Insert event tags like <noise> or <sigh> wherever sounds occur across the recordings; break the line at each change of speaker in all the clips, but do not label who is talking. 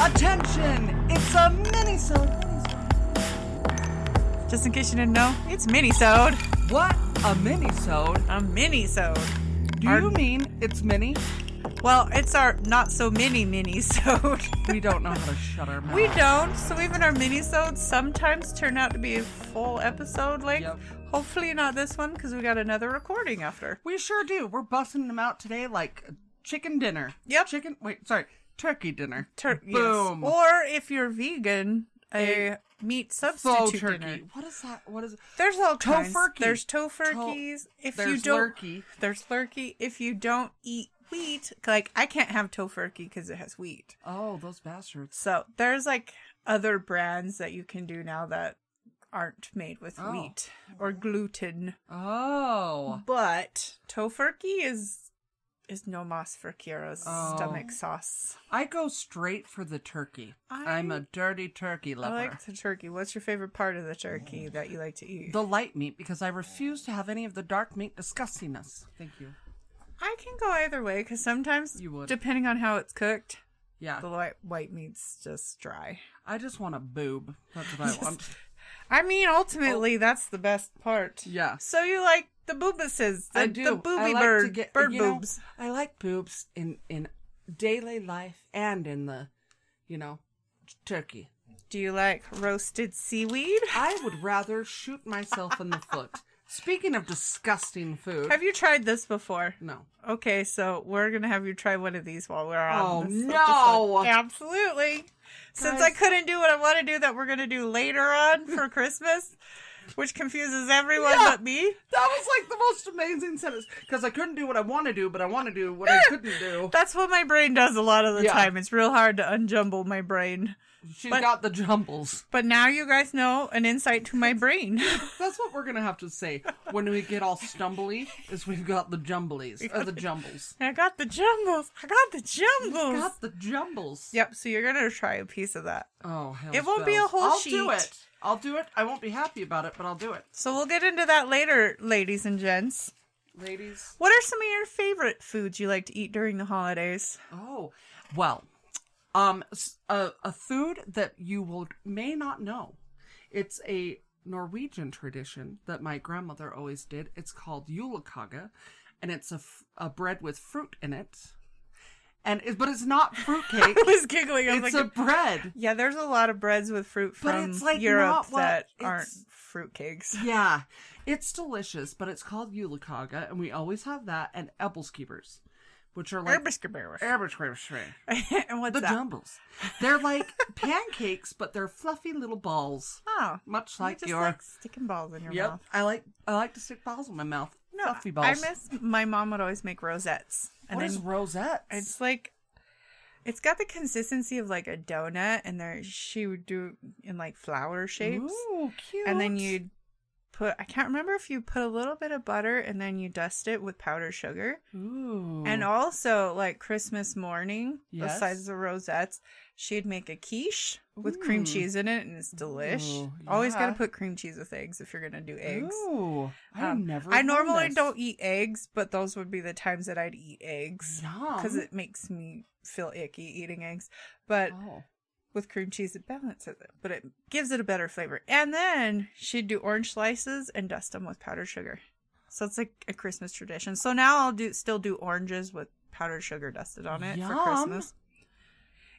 Attention! It's a minisode.
Just in case you didn't know, it's mini-sode.
What? A minisode?
A mini-sode.
Do
Our-
you mean it's mini?
Well, it's our not so mini mini-sode.
We don't know how to shut our mouth.
<laughs> we don't, so even our mini-sodes sometimes turn out to be a full episode length.
Yep.
Hopefully not this one because we got another recording after.
We sure do. We're busting them out today like chicken dinner.
Yep.
Chicken. Wait, sorry. Turkey dinner.
Tur- yes.
Boom.
Or if you're vegan, a meat
Full
substitute
turkey.
dinner.
What is that? What is it?
There's all kinds.
Tofurkey.
There's tofurkeys. if you
There's
don't,
lurkey.
there's lurky. If you don't eat wheat, like I can't have tofurkey because it has wheat.
Oh, those bastards.
So there's like other brands that you can do now that aren't made with
Oh.
wheat or gluten.
Oh.
But tofurkey is is no mas for Kira's
Oh.
stomach sauce.
I go straight for the turkey.
I-
I... am a dirty turkey
I
lover.
like the turkey. What's your favorite part of the
Oh.
turkey that you like to eat?
the light meat because I refuse to have any of the dark meat disgusting us. Thank you.
I can go either way because sometimes,
You would.
depending on how it's cooked,
Yeah.
the white, white meat's just dry.
I just want a boob. That's what I <laughs> want.
I mean, ultimately, that's the best part.
Oh. Yeah.
So you like the boobuses? The,
I do.
The booby
I like
bird,
to get,
bird
you know,
boobs.
I like boobs in in daily life and in the, you know, turkey.
Do you like roasted seaweed?
I would rather shoot myself in the foot. Speaking of disgusting food,
Have you tried this before?
no.
Okay, so we're gonna have you try one of these while we're
Oh,
on. this
no.
episode. Absolutely. Since I
Guys.
couldn't do what I want to do that we're gonna do later
<laughs>
on for Christmas, which confuses everyone
Yeah.
but me.
That was like the most amazing sentence because I couldn't do what I want to do, but I want to do <laughs> what I couldn't do.
That's what my brain does a lot of the
Yeah.
time. It's real hard to unjumble my brain.
She
But-
got the jumbles.
But now you guys know an insight to my brain. <laughs>
That's what we're gonna have to say when we get all stumbly. Is we've got the jumblies or the jumbles.
I got the jumbles. I got the jumbles.
Got the jumbles.
Yep, so you're gonna try a piece of that.
Oh, hell's
It won't be a
bells.
whole
I'll
sheet.
do it. I'll do it. I won't be happy about it, but I'll do it.
So we'll get into that later, ladies and gents.
Ladies.
What are some of your favorite foods you like to eat during the holidays? <laughs>
Oh, well, um, s- a, a food that you will may not know. It's a Norwegian tradition that my grandmother always did. It's called julekaga, and it's a, f- a bread with fruit in it. And it, but it's not
<laughs>
fruitcake.
I was giggling. I was
it's
like,
a bread.
yeah, there's a lot of breads with fruit
But
from
it's, like,
Europe
not what-
that
it's-
aren't fruitcakes.
Yeah, it's delicious, but it's called Yulikaga, and we always have that and Ebbelskeepers, which are <laughs> like
Erbiskeberg.
Ebbelskeepers.
<laughs> and what's
The
that?
jumbles. They're like <laughs> pancakes, but they're fluffy little balls,
Oh,
much
you
like
just
your.
like sticking balls in your
yep,
mouth.
I like I like to stick balls in my mouth.
No,
fluffy
I
balls.
miss my mom would always make rosettes, and
What
then
is rosette?
It's like it's got the consistency of like a donut, and there she would do it in like flower shapes,
Ooh, cute.
and then you'd put I can't remember if you put a little bit of butter and then you dust it with powdered sugar,
Ooh.
and also like Christmas morning,
Yes.
besides the rosettes, she'd make a quiche with cream
Ooh.
cheese in it, and it's delish.
Ooh,
Always gotta
yeah.
put cream cheese with eggs if you're gonna do eggs.
Ooh, I
Um,
never.
I
done
normally
this.
don't eat eggs, but those would be the times that I'd eat eggs because
Yum.
it makes me feel icky eating eggs. But
Oh.
with cream cheese, it balances it, but it gives it a better flavor. And then she'd do orange slices and dust them with powdered sugar. So it's like a Christmas tradition. So now I'll do still do oranges with powdered sugar dusted on it for
Yum.
Christmas.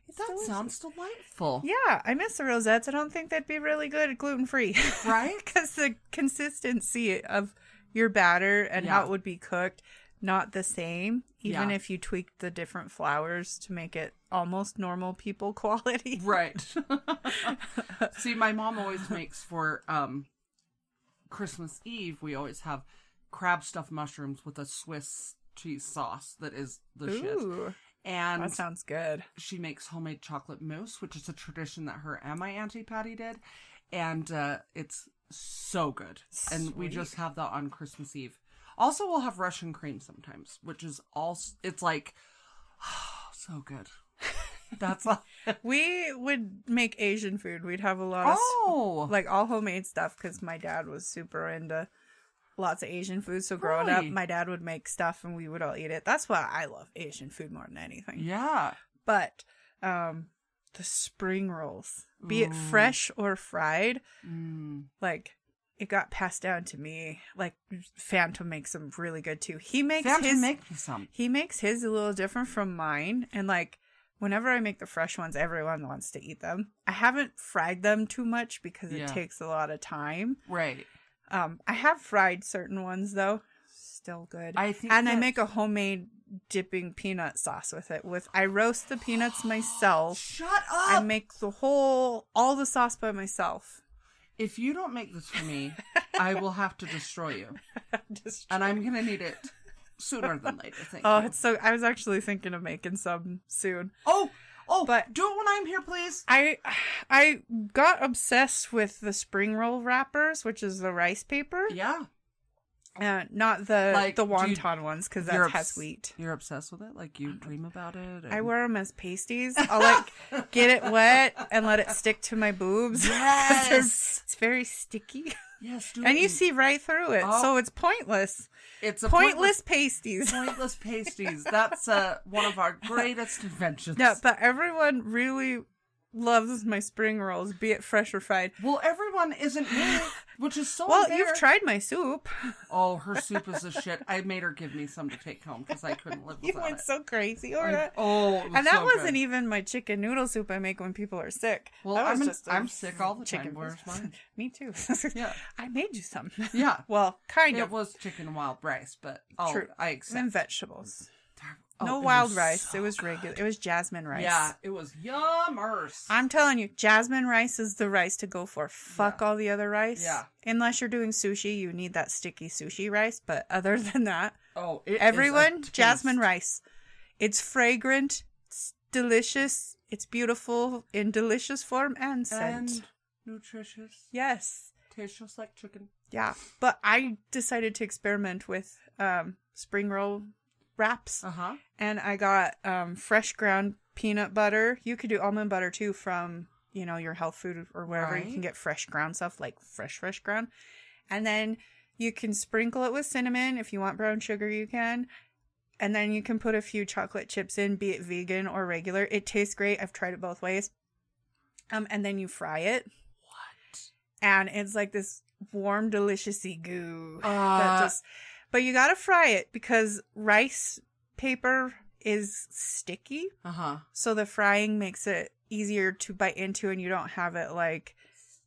It's
That
delicious.
sounds delightful.
Yeah, I miss the rosettes. I don't think they'd be really good gluten <laughs> free.
Right?
Because the consistency of your batter and how
Yeah.
it would be cooked, not the same, even
Yeah.
if you tweaked the different flours to make it almost normal people <laughs> quality.
Right. <laughs> See, my mom always makes for um Christmas Eve. We always have crab stuffed mushrooms with a Swiss cheese sauce that is the shit.
Ooh,
And
that sounds good.
she makes homemade chocolate mousse, which is a tradition that her and my auntie Patty did, and uh, it's so good. And we just have that on Christmas Eve. Also, we'll have Russian cream sometimes, which is all. It's like <sighs> so good. That's like,
We would make Asian food. We'd have a lot of s-
oh,
like all homemade stuff because my dad was super into lots of Asian food. So growing up,
Really?
my dad would make stuff and we would all eat it. That's why I love Asian food more than anything.
yeah.
But um, the spring rolls, be it fresh or fried.
Mm.
Like it got passed down to me. Like Phantom makes them really good too. He makes
Sam,
his
make me some.
he makes his a little different from mine, and like. Whenever I make the fresh ones, everyone wants to eat them. I haven't fried them too much because
Yeah.
it takes a lot of time.
Right.
Um, I have fried certain ones though. Still good.
I think
and I
that-
make a homemade dipping peanut sauce with it. With I roast the peanuts myself. <gasps>
Shut
I
up.
make the whole all the sauce by myself. <laughs>
if you don't make this for me, I will have to destroy you,
Just-
and I'm gonna need it sooner than later. Thank
oh,
you.
it's so. I was actually thinking of making some soon.
oh, oh,
but-
do it when I'm here, please.
I I got obsessed with the spring roll wrappers, which is the rice paper,
Yeah,
uh, not the
Like,
the
do you-
wonton ones because
You're
that
obs-
has wheat.
You're obsessed with it. Like you dream about it.
I
and-
wear them as pasties. I'll like get it wet and let it stick to
<laughs>
my boobs. 'Cause they're-
<laughs> Yes.
it's very sticky,
Yes, do
and
it
you
in-
see right through it,
Oh.
so it's pointless.
it's a
Pointless, pasties. <laughs>
pointless pasties. That's uh, one of our greatest inventions.
no, but everyone really loves my spring rolls, be it fresh or fried.
well, everyone isn't me, which is so.
Well,
unfair.
you've tried my soup.
Oh, her soup is a shit. I made her give me some to take home because I couldn't live
<laughs> You
without
went
it.
so crazy over
I-
that.
oh, it was
And that
so
wasn't
good.
even my chicken noodle soup I make when people are sick.
Well,
that was
I'm an-
a
I'm sick all the time. Where's mine?
<laughs> Me too.
<laughs> Yeah.
<laughs> I made you some.
Yeah.
Well, kind
It
of.
was chicken and wild rice, but oh,
True.
I accept.
and vegetables.
Oh, it
no
was
wild rice.
so
it was regular. It was jasmine rice.
Yeah, it was yummers.
I'm telling you, jasmine rice is the rice to go for. Fuck all the other rice.
Yeah.
Unless you're doing sushi, you need that sticky sushi rice. But other <laughs> than that,
oh, <laughs> it is a
everyone, jasmine
taste.
rice. It's fragrant, it's delicious, it's beautiful in delicious form and scent.
and nutritious.
yes.
Tastes just like chicken.
Yeah. But I decided to experiment with um, spring roll wraps.
Uh huh.
and I got um, fresh ground peanut butter. You could do almond butter too from you know your health food or wherever you
Right.
can get fresh ground stuff like fresh fresh ground, and then you can sprinkle it with cinnamon if you want brown sugar. You can. And then you can put a few chocolate chips in, be it vegan or regular. It tastes great. I've tried it both ways. Um, and then you fry it,
What?
and it's like this warm, deliciousy goo
Uh,
that just but you gotta fry it because rice paper is sticky
uh huh.
so the frying makes it easier to bite into and you don't have it like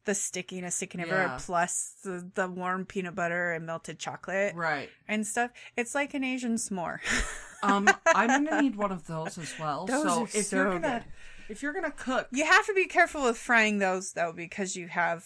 the stickiness sticking everywhere
Yeah.
plus the, the warm peanut butter and melted chocolate
Right.
and stuff it's like an asian s'more <laughs>
Um, I'm gonna need one of those as well.
Those
so
are
if
so
you're gonna
good.
if you're gonna cook,
you have to be careful with frying those though because you have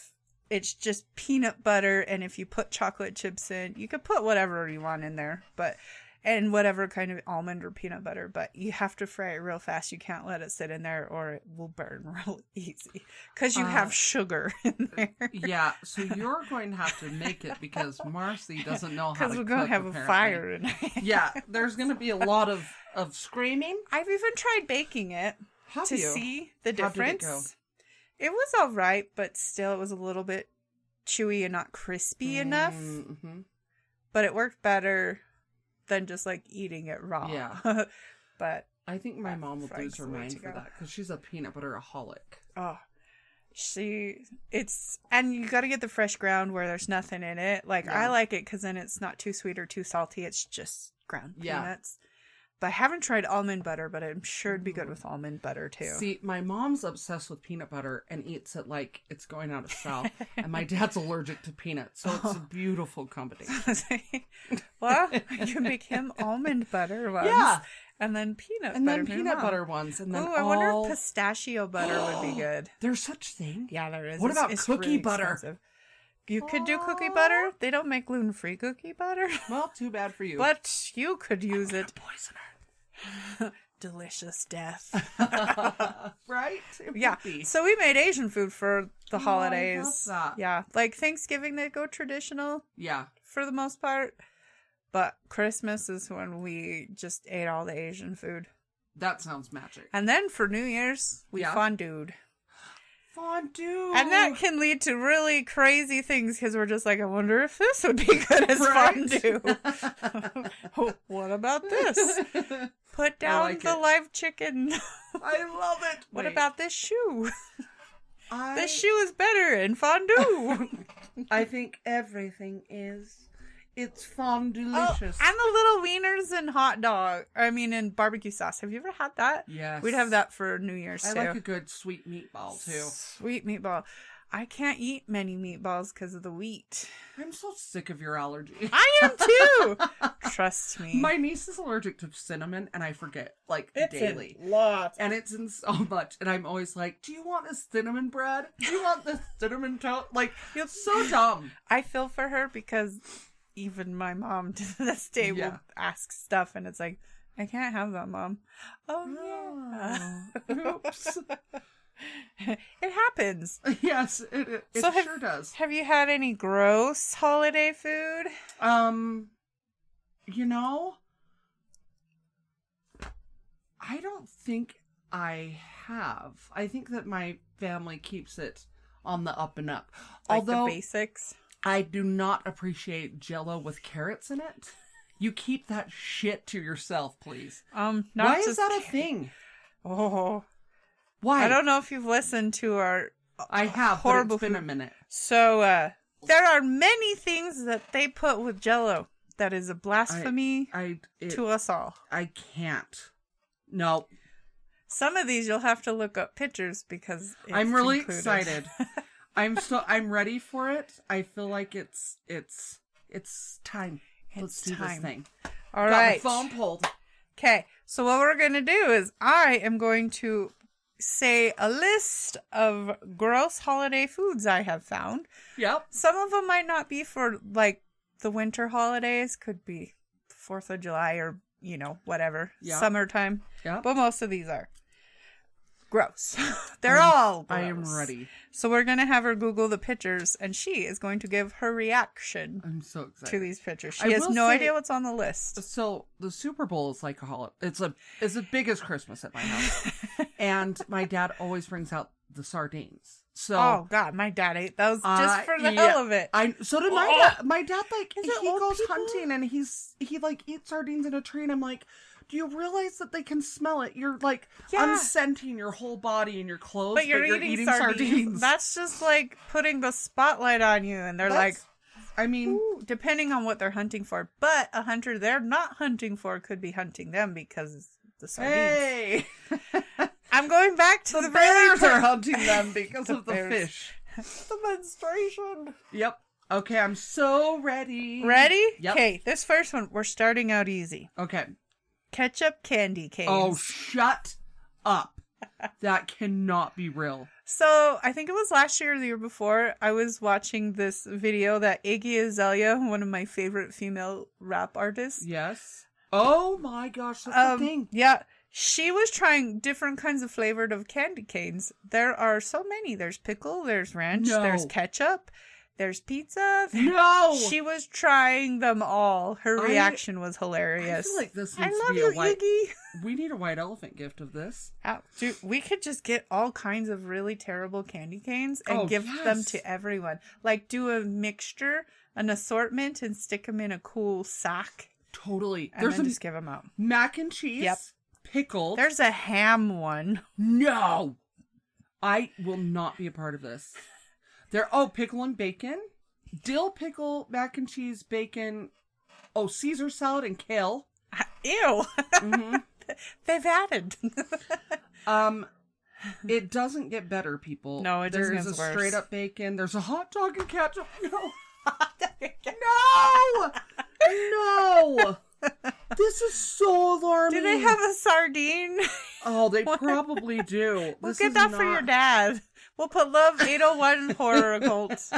it's just peanut butter and if you put chocolate chips in you could put whatever you want in there but and whatever kind of almond or peanut butter but you have to fry it real fast you can't let it sit in there or it will burn <laughs> real easy because you
Uh,
have sugar in there
yeah. So you're going to have to make it because Marcy doesn't know how.
<laughs> because
to
we're gonna
cook,
have a
apparently.
fire tonight <laughs>
Yeah, there's gonna be a lot of of screaming.
i've even tried baking it
Have
to
you?
see the
How did it
difference.
go?
It was all right, but still, it was a little bit chewy and not crispy enough.
Mm-hmm.
But it worked better than just like eating it raw.
Yeah.
<laughs> but
I think my
Uh,
mom will lose
Frank's
her
the way
mind
to
for
go.
that because she's a peanut butter aholic.
oh, she it's and you got to get the fresh ground where there's nothing in it. Like
Yeah.
I like it because then it's not too sweet or too salty. It's just ground
Yeah.
peanuts. But I haven't tried almond butter, but I'm sure it'd be good with almond butter too.
See, my mom's obsessed with peanut butter and eats it like it's going out of style, and my dad's
<laughs>
allergic to peanuts, so it's a
Oh.
beautiful combination.
<laughs> well, you can make
<laughs>
him almond butter ones.
Yeah.
And then peanut
And
butter.
then
for your
peanut
mom.
butter ones, and
Ooh,
then
I wonder
all-
if pistachio butter would
<gasps>
be good.
There's such thing.
Yeah, there is.
What about cookie butter?
You could do cookie
Aw.
butter. They don't make gluten free cookie
<laughs>
butter,
Well, too bad for you.
but you could use it.
poison her, <laughs>
Delicious death.
<laughs> right? It would
<laughs> Yeah.
be.
So we made Asian food for the
Oh, I
holidays.
love that.
Yeah. Like Thanksgiving, they go traditional.
Yeah.
for the most part. But Christmas is when we just ate all the Asian food.
That sounds magic.
And then for New Year's, we
Yeah.
fondued.
Fondue.
And that can lead to really crazy things because we're just like, I wonder if this would be <laughs> good as
Right. <laughs>
<laughs> fondue. what about this? Put down
like
the
it.
live chicken <laughs>
I love it.
What
Wait,
about this shoe?
I,
This shoe is better in fondue.
<laughs> I think everything is. It's fond
oh,
delicious.
and the little wieners and hot dog. I mean, in barbecue sauce. Have you ever had that?
yes.
We'd have that for New Year's
I
too.
like a good sweet meatball too.
Sweet meatball. I can't eat many meatballs because of the wheat.
I'm so sick of your allergy.
I am too. <laughs> Trust
<laughs>
me.
My niece is allergic to cinnamon, and I forget like
It's in
daily.
lots.
and it's in so much. And I'm always like, "Do you want this cinnamon bread? Do you want this cinnamon toast?" Like,
Yep.
so
<laughs>
dumb.
I feel for her because even my mom <laughs> to this day
Yeah.
will ask stuff, and it's like, I can't have that, mom. Oh yeah.
Oops.
<laughs>
<laughs>
it happens.
yes, it, it, it
So have-
sure does.
Have you had any gross holiday food?
Um, you know, I don't think I have. I think that my family keeps it on the up and up.
Like
Although
the basics.
I do not appreciate Jello with carrots in it. You keep that shit to yourself, please.
Um, not
Why is
just-
that a thing?
<laughs> Oh,
Why?
I don't know if you've listened to our
I have. Horrible.
Horrible
It's been a
food.
minute.
So uh there are many things that they put with jello that is a blasphemy
I it,
to us all.
I can't. No,
Some of these you'll have to look up pictures because it's
I'm really
included. <laughs>
excited. I'm so I'm ready for it. I feel like it's it's it's time. Let's
It's
do this
time.
thing.
All
Got
right.
my phone pulled.
Okay. So what we're going to do is I am going to say a list of gross holiday foods I have found.
Yep.
Some of them might not be for like the winter holidays, could be 4th of July or, you know, whatever,
Yeah.
summertime.
Yep.
But most of these are gross. <laughs> They're all gross.
I am ready.
So we're going to have her Google the pictures and she is going to give her reaction
I'm so
to
excited.
these pictures. She
I
has
will
no
say-
idea what's on the list.
so the Super Bowl is like a holiday. It's a it's the biggest Christmas at my
<laughs>
house, and my dad always brings out the sardines. So
Oh god, my dad ate those just
I-
for the
yeah,
hell of it.
I so did my
Ugh.
dad. My dad like
Oh. Is
he
it old
goes
people?
hunting and he's he like eats sardines in a tree and I'm like, do you realize that they can smell it? You're like
Yeah.
unscenting your whole body and your clothes,
but you're, eating, sardines. That's just like putting the spotlight on you and they're like
I mean,
Ooh, depending on what they're hunting for, but a hunter they're not hunting for could be hunting them because the sardines.
hey,
I'm going back to the,
<laughs> the
<laughs> very
bears are <laughs>
per-
hunting
<laughs>
them because of the
bears.
fish.
the menstruation.
Yep. Okay, I'm so ready.
Ready?
Yep.
Okay, this first one, we're starting out easy.
Okay.
Ketchup candy canes.
Oh, shut up. That cannot be real.
so I think it was last year or the year before, I was watching this video that Iggy Azalea, one of my favorite female rap artists,
Yes. Oh my gosh, that's
um,
the thing.
yeah, she was trying different kinds of flavored of candy canes. There are so many. There's pickle, there's ranch,
No.
there's ketchup, there's pizza.
No.
She was trying them all. Her
I-
reaction was
I
hilarious.
feel like this
I
needs to
love
be a
you,
white.
Iggy.
We need a white elephant gift of this.
Ow. Dude, we could just get all kinds of really terrible candy canes and
Oh,
give them
yes.
to everyone. Like do a mixture, an assortment, and stick them in a cool sack,
Totally.
and
There's
then
a
just give them out.
mac and cheese.
Yep.
Pickle.
There's a ham one. <laughs>
no. I will not be a part of this. There. Oh, pickle and bacon. Dill pickle, mac and cheese, bacon. Oh, Caesar salad and kale.
Ew, <laughs>
Mhm.
they've added. <laughs>
um, it doesn't get better, people.
No, it just
There's
gets
a
worse.
straight up bacon. There's a hot dog and ketchup. <laughs> No.
<laughs> no!
No! this is so alarming.
Do they have a
<laughs>
sardine?
Oh, they probably do.
We'll
This
get
is
that for your
not-
dad. We'll put
<laughs>
Love 801 Horror Occult.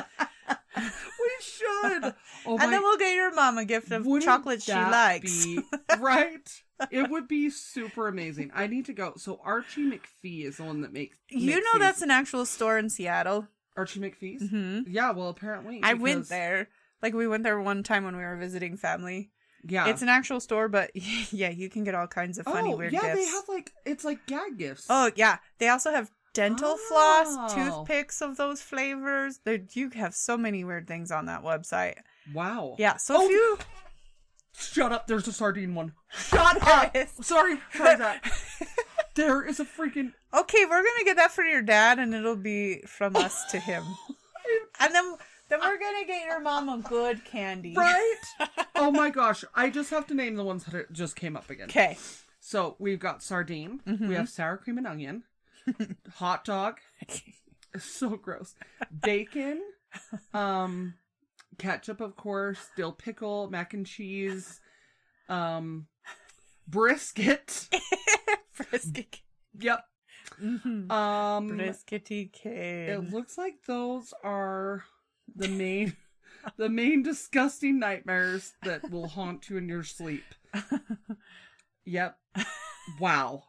We
<laughs>
should. Oh my.
and then we'll get your mom a gift of
wouldn't
chocolate she
that
likes. <laughs>
be- right. It would be super amazing. I need to go. So Archie McPhee is the one that makes.
You
makes
know
these.
that's an actual store in Seattle.
Archie McPhee's.
hmm
Yeah. Well, apparently
I went
because-
there. Like we went there one time when we were visiting family.
Yeah.
It's an actual store, but <laughs> yeah, you can get all kinds of funny
oh,
weird
yeah.
gifts.
They have like it's like gag gifts.
Oh yeah, they also have dental floss,
Oh.
toothpicks of those flavors. There, you have so many weird things on that website.
wow.
Yeah, so if
Oh,
you
<laughs> Shut up. There's a sardine one. Shut up.
Yes.
Sorry for that. There is a freaking.
<laughs> Okay, we're gonna get that for your dad, and it'll be from us
<laughs>
to him. And then, then we're gonna get your mom a good candy.
Right? oh my gosh. I just have to name the ones that it just came up again. <laughs>
Okay. <laughs>
So we've got sardine, we have sour cream and onion, hot dog. It's so gross. Bacon, um, ketchup, of course, dill pickle, mac and cheese, um, brisket. <laughs>
Brisket.
Yep.
Mm-hmm.
Um,
Briskety cake.
It looks like those are the main <laughs> the main disgusting nightmares that will haunt you in your sleep. Yep. Wow.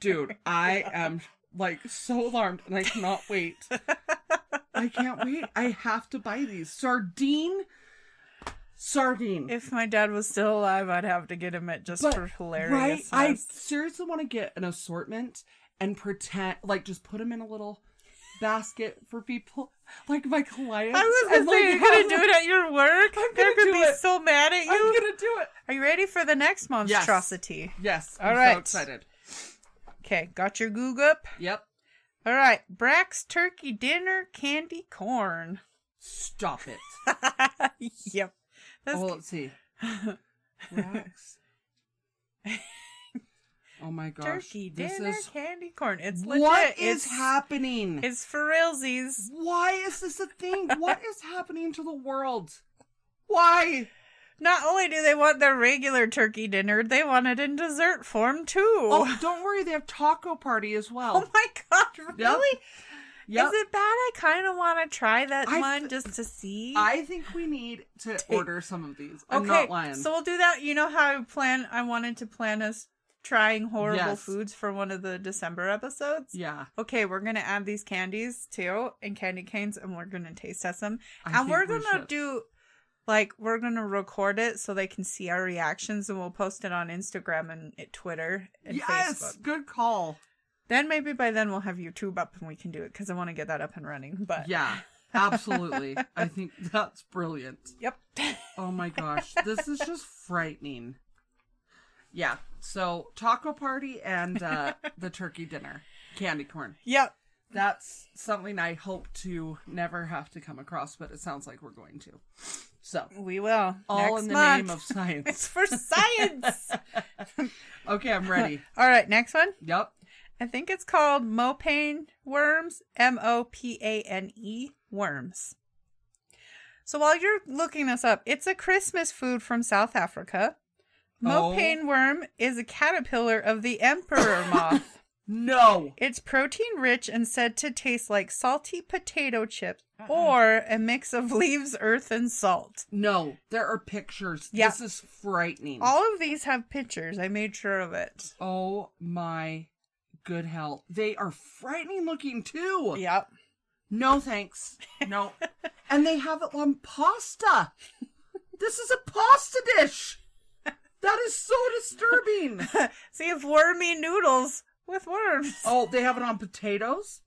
Dude, I am like so alarmed and I cannot wait. I can't wait. I have to buy these. Sardine sardine.
If my dad was still alive, I'd have to get him it just
But,
for
right?
hilarious.
I seriously want to get an assortment and pretend like just put them in a little basket for people <laughs> like my clients.
was gonna
and,
say
like,
you're gonna
have
do it at your work.
I'm
They're
gonna do
gonna be
it.
so mad at
<laughs>
you.
I'm gonna do it.
Are you ready for the next monstrosity?
Yes.
All
I'm
right.
so excited.
Okay, got your goog up.
Yep.
All right, Brax turkey dinner candy corn. <laughs>
Stop it.
yep. <laughs> That's
oh, let's
<laughs>
see. Relax. oh my gosh.
turkey
this
dinner
is
candy corn. It's legit.
what
it's,
is happening?
It's for realsies.
Why is this a
<laughs>
thing? what is happening to the world? Why?
Not only do they want their regular turkey dinner, they want it in dessert form too. <laughs>
Oh, don't worry. They have taco party as well.
Oh my god,
Yep.
really?
Yep.
Is it bad? I kind of want to try that
I
one
th-
just to see.
I think we need to order some of these. I'm
okay,
not lying.
so we'll do that. You know how I plan? I wanted to plan us trying horrible
Yes.
foods for one of the December episodes.
yeah,
Okay, we're gonna add these candies too and candy canes, and we're gonna taste test them.
I
and
think
we're
we
gonna
should.
do like we're gonna record it so they can see our reactions, and we'll post it on Instagram and uh, Twitter and
Yes,
Facebook.
good call.
Then maybe by then we'll have YouTube up and we can do it because I want to get that up and running. But <laughs>
Yeah, absolutely. I think that's brilliant.
yep. <laughs>
Oh my gosh, this is just frightening. Yeah. So taco party and
<laughs>
uh, the turkey dinner, candy corn.
Yep.
That's something I hope to never have to come across, but it sounds like we're going to. So
We will.
all
Next
in the
month.
name of
It's <laughs>
science. <laughs>
for science.
Okay, I'm
<laughs>
ready.
All right, next one.
Yep.
I think it's called mopane worms, M O P A N E worms. So while you're looking this up, it's a Christmas food from South Africa. Mopane
Oh.
worm is a caterpillar of
<laughs>
the emperor moth.
No.
It's protein rich and said to taste like salty potato chips or a mix of leaves, earth, and salt.
No, there are pictures.
Yeah.
This is frightening.
All of these have pictures. I made sure of it.
oh my good hell. They are frightening looking too.
Yep.
No thanks.
<laughs>
No. and they have it on pasta. This is a pasta dish. That is so
<laughs>
disturbing.
See if wormy noodles with worms.
<laughs>
<laughs>
oh, they have it on potatoes?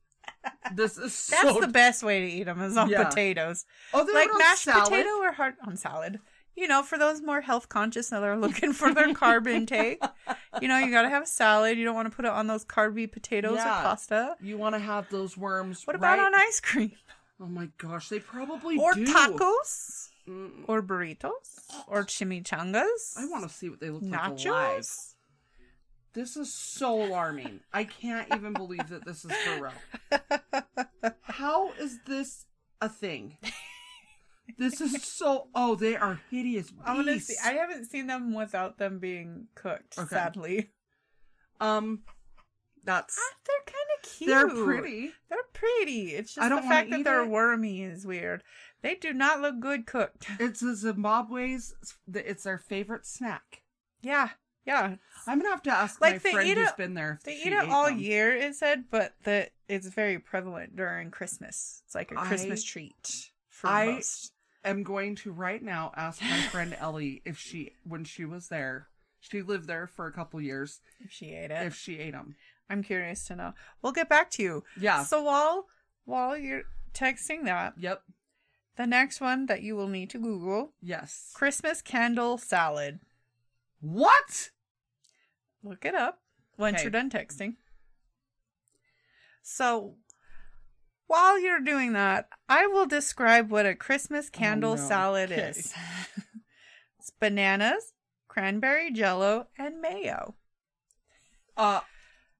This is so
That's the best way to eat them is on
Yeah.
potatoes,
Oh, they
like
have it on
mashed
salad?
potato or hard on salad. You know, for those more health conscious and they're looking for
<laughs>
their carb intake, you know, you got to have a salad. You don't want to put it on those carby potatoes
Yeah.
or pasta.
You want to have those worms.
What about
right?
on ice cream
Oh my gosh, <laughs> they probably
or
do.
tacos
Mm,
or burritos or chimichangas?
I want to see what they look like alive.
nachos.
This is so alarming. I can't even believe that this is for real.
<laughs>
How is this a thing? This is so. Oh, they are hideous
I want to
beasts.
see. I haven't seen them without them being cooked.
Okay.
Sadly, <laughs>
um, that's
Ah, they're kind of cute.
they're pretty.
They're pretty. It's just
I don't
the
wanna
fact that
eat
they're
it.
wormy is weird. They do not look good cooked. <laughs>
It's a Zimbabwe's. It's their favorite snack.
Yeah, yeah.
I'm gonna have to ask
Like,
my
they
friend
eat
who's
it-
been there. if
They
she
eat it
ate
all
them.
year, it said, but that it's very prevalent during Christmas. It's like a Christmas
I-
treat for
I-
most.
am going to right now ask
<laughs>
my friend Ellie if she, when she was there, she lived there for a couple years,
If she ate it,
if she ate them.
I'm curious to know. We'll get back to you.
Yeah.
So while while you're texting that,
yep.
the next one that you will need to Google
Yes.
Christmas candle salad.
What?
Look it up once
Okay.
you're done texting. So while you're doing that, I will describe what a Christmas candle
Oh, no.
salad
Okay.
is. it's bananas, cranberry jello, and mayo.
Uh,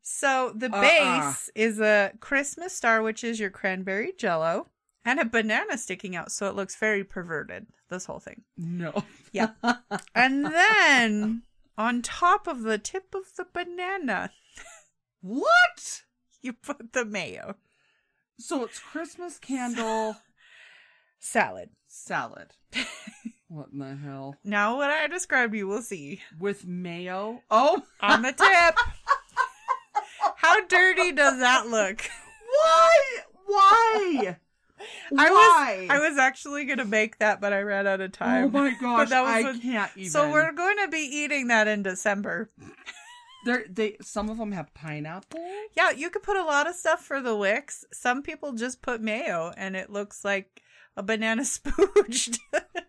So the
Uh-uh.
base is a Christmas star, which is your cranberry jello, and a banana sticking out, so it looks very perverted, this whole thing.
no.
Yeah.
<laughs>
And then on top of the tip of the banana,
What?
you put the mayo
So it's Christmas candle
salad. <laughs>
salad. What in the hell?
Now what I describe you will see
With mayo? Oh,
on the
<laughs>
tip. How dirty does that look?
why? Why?
I
Why?
was I was actually gonna make that, but I ran out of time.
Oh my gosh!
that was
I
what-
can't even.
So we're going to be eating that in December.
They're, they some of them have pineapple.
Yeah, you could put a lot of stuff for the wicks. Some people just put mayo and it looks like a banana <laughs> spooched.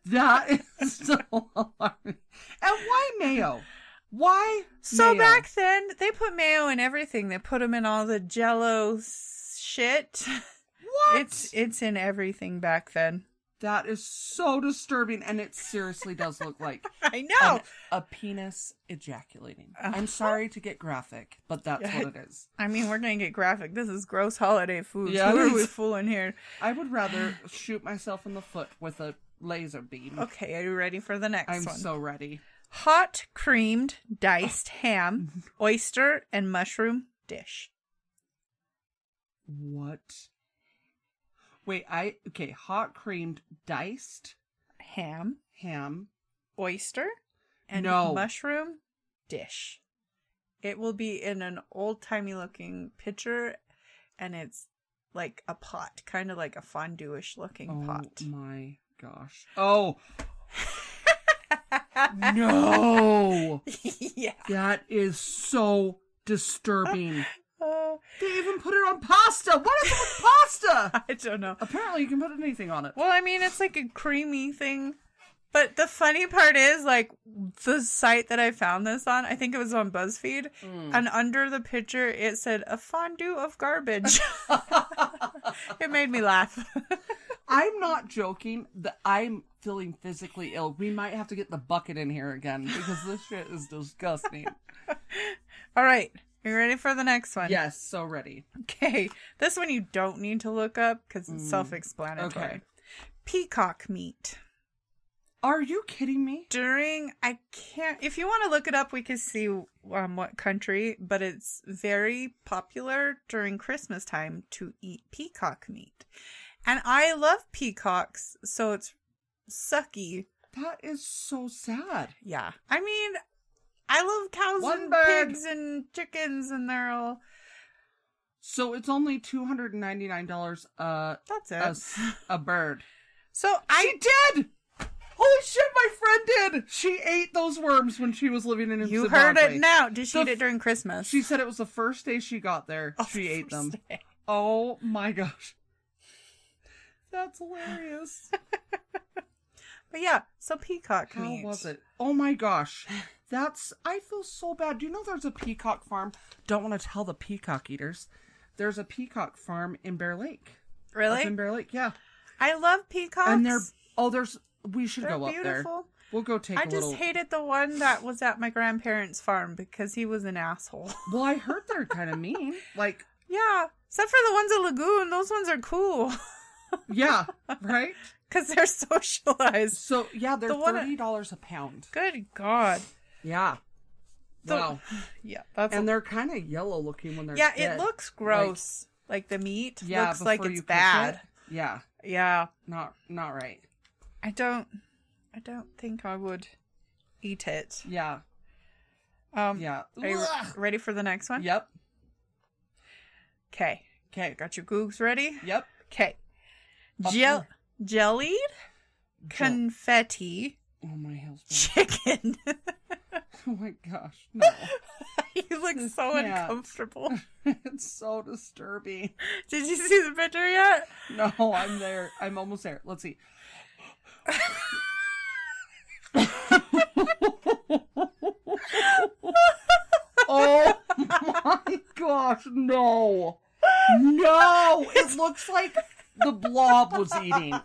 That is <laughs> so alarming. And why mayo? Why?
so
mayo?
back then, they put mayo in everything. They put them in all the jello s- shit.
What?
It's it's in everything back then.
That is so disturbing, and it seriously does look
<laughs>
like
I know.
an- a penis ejaculating.
Uh-huh.
I'm sorry to get graphic, but that's
Yeah.
what it is.
I mean, we're going to get graphic. This is gross holiday food.
Yeah,
Who
it
are we
is.
fooling here?
I would rather shoot myself in the foot with a laser beam.
Okay, are you ready for the next
I'm
one?
so ready.
Hot creamed diced ham, oyster, and mushroom dish.
What? Wait, I okay. Hot creamed diced
Ham,
ham.
oyster, and
No.
mushroom dish. It will be in an old timey looking pitcher and it's like a pot, kind of like a fondue ish looking
Oh
pot. <laughs>
my gosh! Oh no!
yeah.
that is so disturbing.
Oh,
They even put it on pasta. What is it with pasta?
I don't know.
Apparently, you can put anything on it.
Well, I mean, it's like a creamy thing. But the funny part is, like, the site that I found this on, I think it was on BuzzFeed, and under the picture it said, a fondue of garbage. it made me laugh. <laughs>
I'm not joking. That I'm feeling physically ill. We might have to get the bucket in here again because this shit is disgusting.
All right, you ready for the next one?
yes, so ready.
Okay, this one you don't need to look up because it's self explanatory.
Okay.
Peacock meat.
Are you kidding me?
during i can't if you want to look it up we can see um, what country but it's very popular during christmas time to eat peacock meat and i love peacocks so it's sucky
That is so sad.
yeah i mean i love cows
One
and
bird.
pigs and chickens and they're all
So it's only two hundred and ninety nine dollars uh
that's it
a, s- a bird.
so i
She did. Holy shit, my friend did. She ate those worms when she was living in
you heard
Zimbabwe.
it now did she
The
eat it during christmas
She said it was the first day she got there.
<laughs> Oh,
she ate them.
first day.
Oh my gosh. That's
<laughs>
hilarious.
<laughs> but yeah so peacock
How
meat
was it? Oh my gosh. That's I feel so bad. Do you know there's a peacock farm? Don't want to tell the peacock eaters. There's a peacock farm in Bear Lake.
really
Up in Bear Lake, yeah.
i love peacocks
And they're oh there's we should
They're
go up there.
beautiful.
We'll go take a
I just
little
hated the one that was at my grandparents' farm because he was an asshole. <laughs>
Well, I heard they're kind of mean. Like,
yeah, except for the ones at Lagoon. Those ones are cool <laughs>
<laughs> yeah, right?
because they're <laughs> socialized.
So, yeah, they're
The one-
$30 a pound.
Good God.
Yeah.
The-
wow.
Yeah, that's
And they're kind of yellow looking when they're
yeah.
dead.
It looks gross. Like, the meat
yeah,
looks like
before
it's
you cook
bad.
it. Yeah,
Yeah,
not not right.
I don't. I don't think I would eat it.
Yeah,
Um,
yeah.
Are you re-
Ugh.
ready for the next one?
Yep,
Okay. Okay. Got your googs ready?
yep.
Okay.
Up
Gel-
there.
jellied confetti.
oh my hell's bad.
<laughs> chicken.
Oh my gosh, no! <laughs>
you look so
can't.
uncomfortable. <laughs>
it's so disturbing.
Did you see the picture yet?
No, I'm there. I'm almost there. Let's see. oh my gosh, no. no, it looks like the blob was eating. <laughs>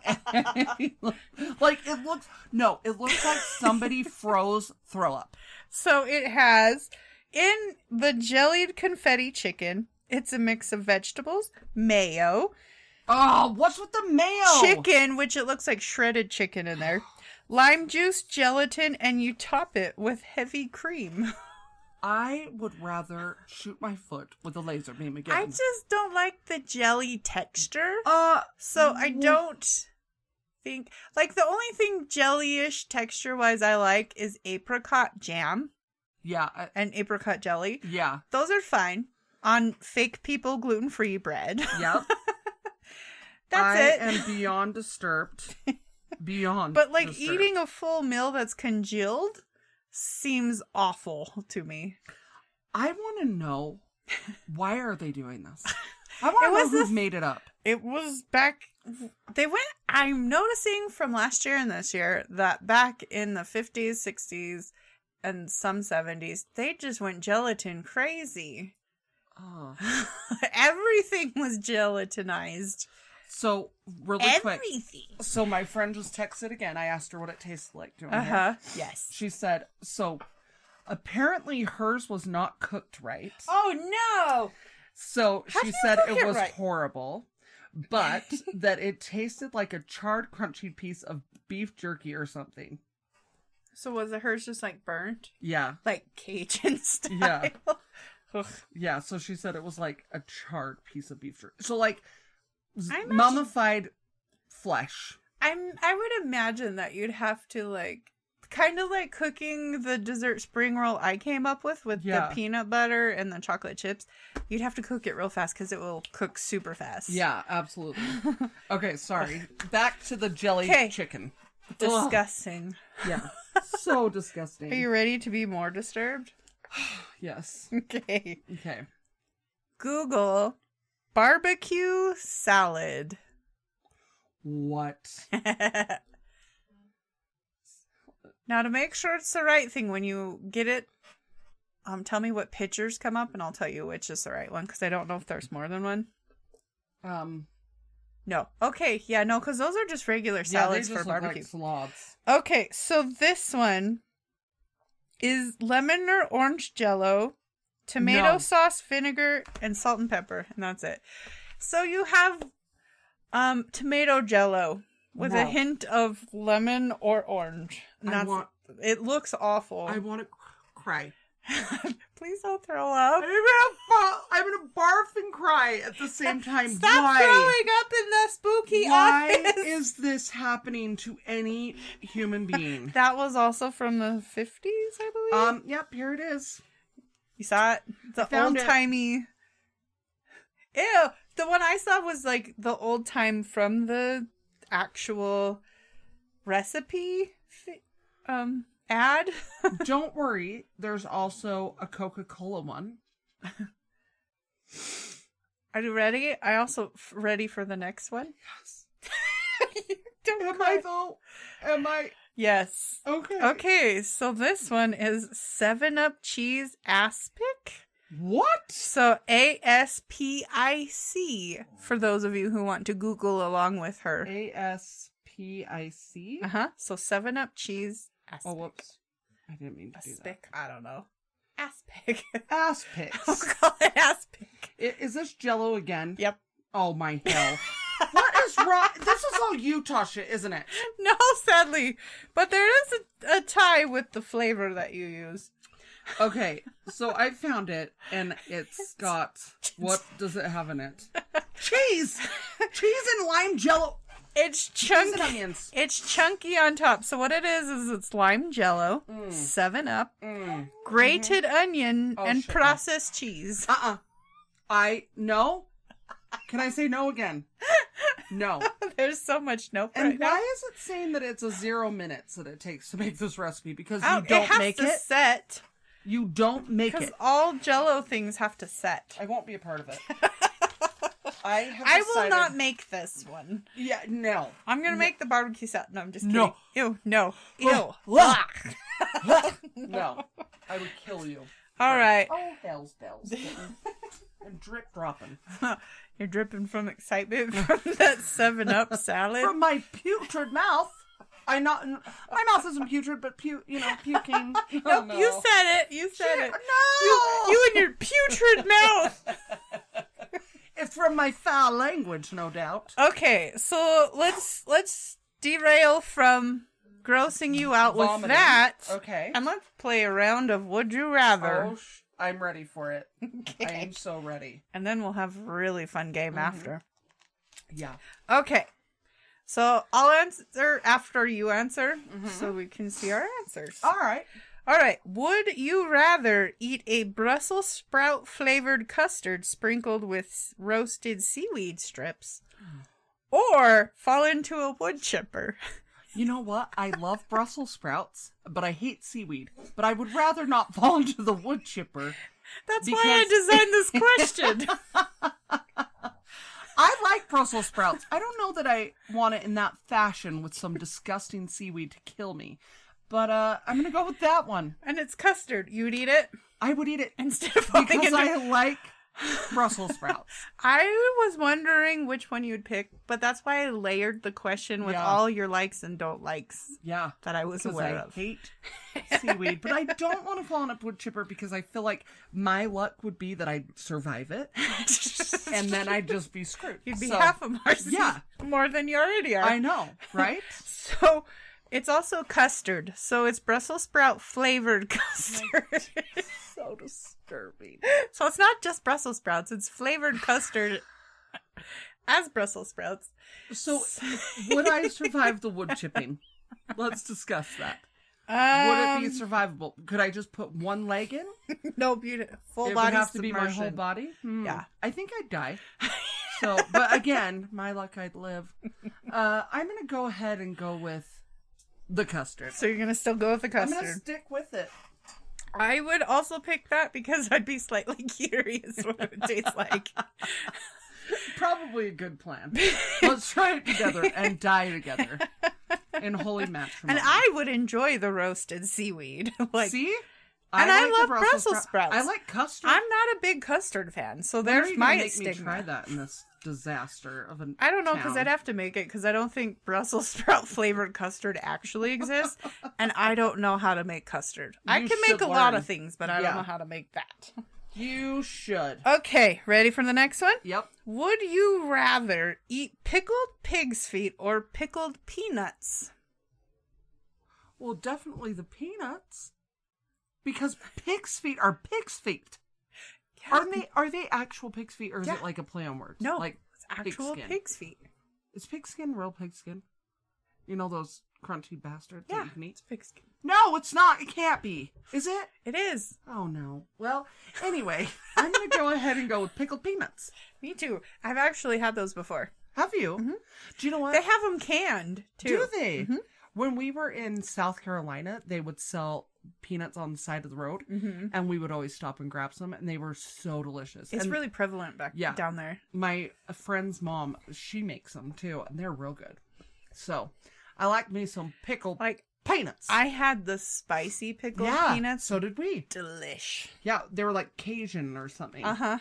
like it looks no, it looks like somebody froze throw up.
So it has in the jellied confetti chicken. It's a mix of vegetables, mayo,
Oh, what's with the mayo?
chicken, which it looks like shredded chicken in there, lime juice, gelatin, and you top it with heavy cream.
I would rather shoot my foot with a laser beam again.
I just don't like the jelly texture.
uh
So I
wh-
don't think like the only thing jelly-ish texture-wise I like is apricot jam
yeah, I,
and apricot jelly.
yeah,
Those are fine on fake people gluten-free bread. <laughs>
yeah.
That's it.
I am beyond
<laughs>
disturbed. Beyond.
but like
disturbed.
eating a full meal that's congealed seems awful to me.
I want to know why are they doing this?
<laughs>
I want
It
to know
was
who's
this-
made it up.
It was back they went I'm noticing from last year and this year that back in the 50s, 60s and some 70s, they just went gelatin crazy. <laughs>
Oh.
Everything was gelatinized.
So really quick.
Everything.
So my friend just texted again. I asked her what it tasted like. Doing
Uh huh. Yes.
She said so. Apparently hers was not cooked right.
Oh
So
How
she
do you
said
cook
it,
it
was
right?
horrible, but <laughs> that it tasted like a charred, crunchy piece of beef jerky or something.
So was it hers just like burnt?
Yeah,
Like Cajun <laughs> style?
Yeah.
Ugh.
yeah. So she said it was like a charred piece of beef jerky. So like z-
I imagine-
mummified flesh.
I'm I would imagine that you'd have to like kind of like cooking the dessert spring roll I came up with with
Yeah.
the peanut butter and the chocolate chips. You'd have to cook it real fast cuz it will cook super fast.
Yeah, <laughs> absolutely. okay, sorry. Back to the jelly
'Kay.
chicken. Ugh.
Disgusting.
Yeah,
<laughs>
so disgusting.
Are you ready to be more disturbed? <laughs>
Yes.
Okay.
Okay.
Google barbecue salad.
What?
now <laughs> to make sure it's the right thing when you get it um tell me what pictures come up and I'll tell you which is the right one cuz I don't know if there's more than one.
Um.
No. Okay, yeah, no cuz those are just regular
Yeah, they
salads
just
for
look
barbecue.
like slobs.
Okay, so this one is lemon or orange jello, tomato
No.
sauce, vinegar, and salt and pepper, and that's it. So you have um tomato jello with a
No.
hint of lemon or orange. And
I
that's,
want-
it looks awful.
I want to cry.
Please don't throw up.
I'm gonna, fa- I'm gonna barf and cry at the
<laughs>
same time.
Stop
Why?
throwing up in the spooky
Why
office. <laughs>
is this happening to any human being?
that was also from the 50s, I believe.
um. Yep. Here it is.
You saw it? The old
found it.
timey. Ew. The one I saw was like the old time from the actual recipe thi- um ad.
Don't worry. There's also a Coca-Cola one.
Are you ready? I also f- ready for the next one.
<laughs> Yes.
Don't
Am
cry.
I though? Am I
Yes.
okay?
Okay, so this one is 7 Up Cheese Aspic.
What?
So A S P I C for those of you who want to Google along with her.
A S P I C. Uh-huh.
Uh huh. So Seven Up cheese. Aspic.
Oh, whoops. I didn't mean to do that.
Aspic. I don't know. Aspic. <laughs>
Ass <laughs>
I'll
pics.
call it aspic.
I- Is this Jello again?
Yep.
Oh <laughs> my hell! what is wrong? This is all Utah shit, isn't it?
<laughs> No, sadly, but there is a, a tie with the flavor that you use.
Okay, so I found it, and it's got what does it have in <laughs> it? Cheese, cheese and lime jello,
It's
cheese and
chunky.
onions.
It's chunky on top. So what it is is it's lime jello, Seven Up,
Mm.
grated onion,
Oh,
and
shit, no.
processed cheese. <laughs>
Uh uh I no. Can I say no again?
<laughs>
No.
There's so much nope
And
right
why
now.
is it saying that it's a zero minutes that it takes to make this recipe? Because you
Oh, it
don't
has
make
to
it.
set
You don't make
because
it.
all Jello things have to set.
I won't be a part
<laughs>
of it. I have
I will
decided-
not make this one.
Yeah, no.
I'm gonna make the barbecue salad. No, I'm just kidding.
No. Oh,
Ew, no. Ew.
Ugh.
Blah. <laughs>
No. I would kill you.
All right. <laughs>
Oh, hells, bells. and drip dropping
You're dripping from excitement <laughs> from that Seven Up
<laughs>
salad.
from my putrid mouth. I not my mouth isn't putrid, but pu you know puking.
<laughs>
Oh,
nope, you said it. You said it.
no.
You, you and your putrid <laughs> mouth.
It's from my foul language, no doubt.
Okay, so let's let's derail from grossing you out with
Vomiting.
that,
Okay.
and let's play a round of Would You Rather,
Oh, sh- I'm ready for <laughs> it. I
Okay.
am so ready.
and then we'll have a really fun game
Mm-hmm.
after.
Yeah.
Okay, so I'll answer after you answer, so we can see our answers.
All right.
All right. Would you rather eat a Brussels sprout flavored custard sprinkled with s- roasted seaweed strips or fall into a wood chipper? <laughs>
You know what? I love Brussels sprouts, but I hate seaweed. But I would rather not <laughs> fall into the wood chipper.
That's why
<laughs>
I designed this question. <laughs>
I like Brussels sprouts. I don't know that I want it in that fashion with some disgusting seaweed to kill me. But uh, I'm going to go with that one.
and it's custard. You'd eat it <laughs>
I would eat it
instead of falling
because
into
<laughs> I
I...
like Brussels sprouts.
was wondering which one you'd pick, but that's why I layered the question with
Yeah.
all your likes and don't likes
Yeah.
that I was
Because
aware
I
of. <laughs>
hate seaweed, but I don't want to fall on a wood chipper because I feel like my luck would be that I'd survive it and then I'd just be screwed.
<laughs> You'd be
So,
half of ours.
Yeah.
More than you already are.
I know, right?
<laughs> So it's also custard. So it's Brussels sprout flavored <laughs> custard.
so disturbing.
so it's not just Brussels sprouts, it's flavored custard <laughs> as Brussels sprouts.
So, would I survive the wood chipping? Let's discuss that.
Um,
would it be survivable? Could I just put one leg in?
no beautiful full
it would
body
have to be
submersion.
my whole body. Hmm.
Yeah.
I think I'd
<laughs>
die. So, but again, my luck, I'd live. Uh, I'm gonna go ahead and go with the custard.
So you're gonna still go with the
I'm
custard.
gonna stick with it.
I would also pick that because I'd be slightly <laughs> curious what it would taste like.
Probably a good plan. Let's try it together and die together in holy matrimony.
<laughs> and I would enjoy the roasted seaweed. <laughs> like
see,
And I
the
love Brussels
sprout-
sprouts.
I like custard.
I'm not a big custard fan, so
When are
there's
you gonna
my
make
stigma.
me try that in this disaster of an.
I don't know because
town?
I'd have to make it because I don't think Brussels <laughs> sprout flavored custard actually exists, and I don't know how to make custard. I
You
can make
should
a lot
learn.
of things, but I
Yeah.
don't know how to make that.
You should.
Okay, ready for the next one?
Yep.
Would you rather eat pickled pig's feet or pickled peanuts?
Well, definitely the peanuts, because pig's feet are pig's feet. Are they are they actual pig's feet, or is
Yeah.
it like a play on words?
No,
like
it's actual
pigskin.
pig's feet.
Is pig skin real pig skin? You know those crunchy bastards that
Yeah,
you can eat.
it's pigskin.
No, it's not. It can't be. Is it?
It is.
Oh no. Well, anyway, I'm gonna go ahead and go with pickled peanuts.
<laughs> Me too. I've actually had those before.
Have you? Do you know what?
Mm-hmm. They have them canned too. Mm-hmm.
Do they? When we were in South Carolina, they would sell peanuts on the side of the road, and we would always stop and grab some, and they were so delicious.
Mm-hmm. It's
and
really prevalent back
Yeah.
down there.
my friend's mom, she makes them too, and they're real good. So, I like me some pickled
Like
peanuts.
I had the spicy pickled
yeah,
peanuts.
so did we.
Delish.
Yeah, they were like Cajun or something.
Uh huh.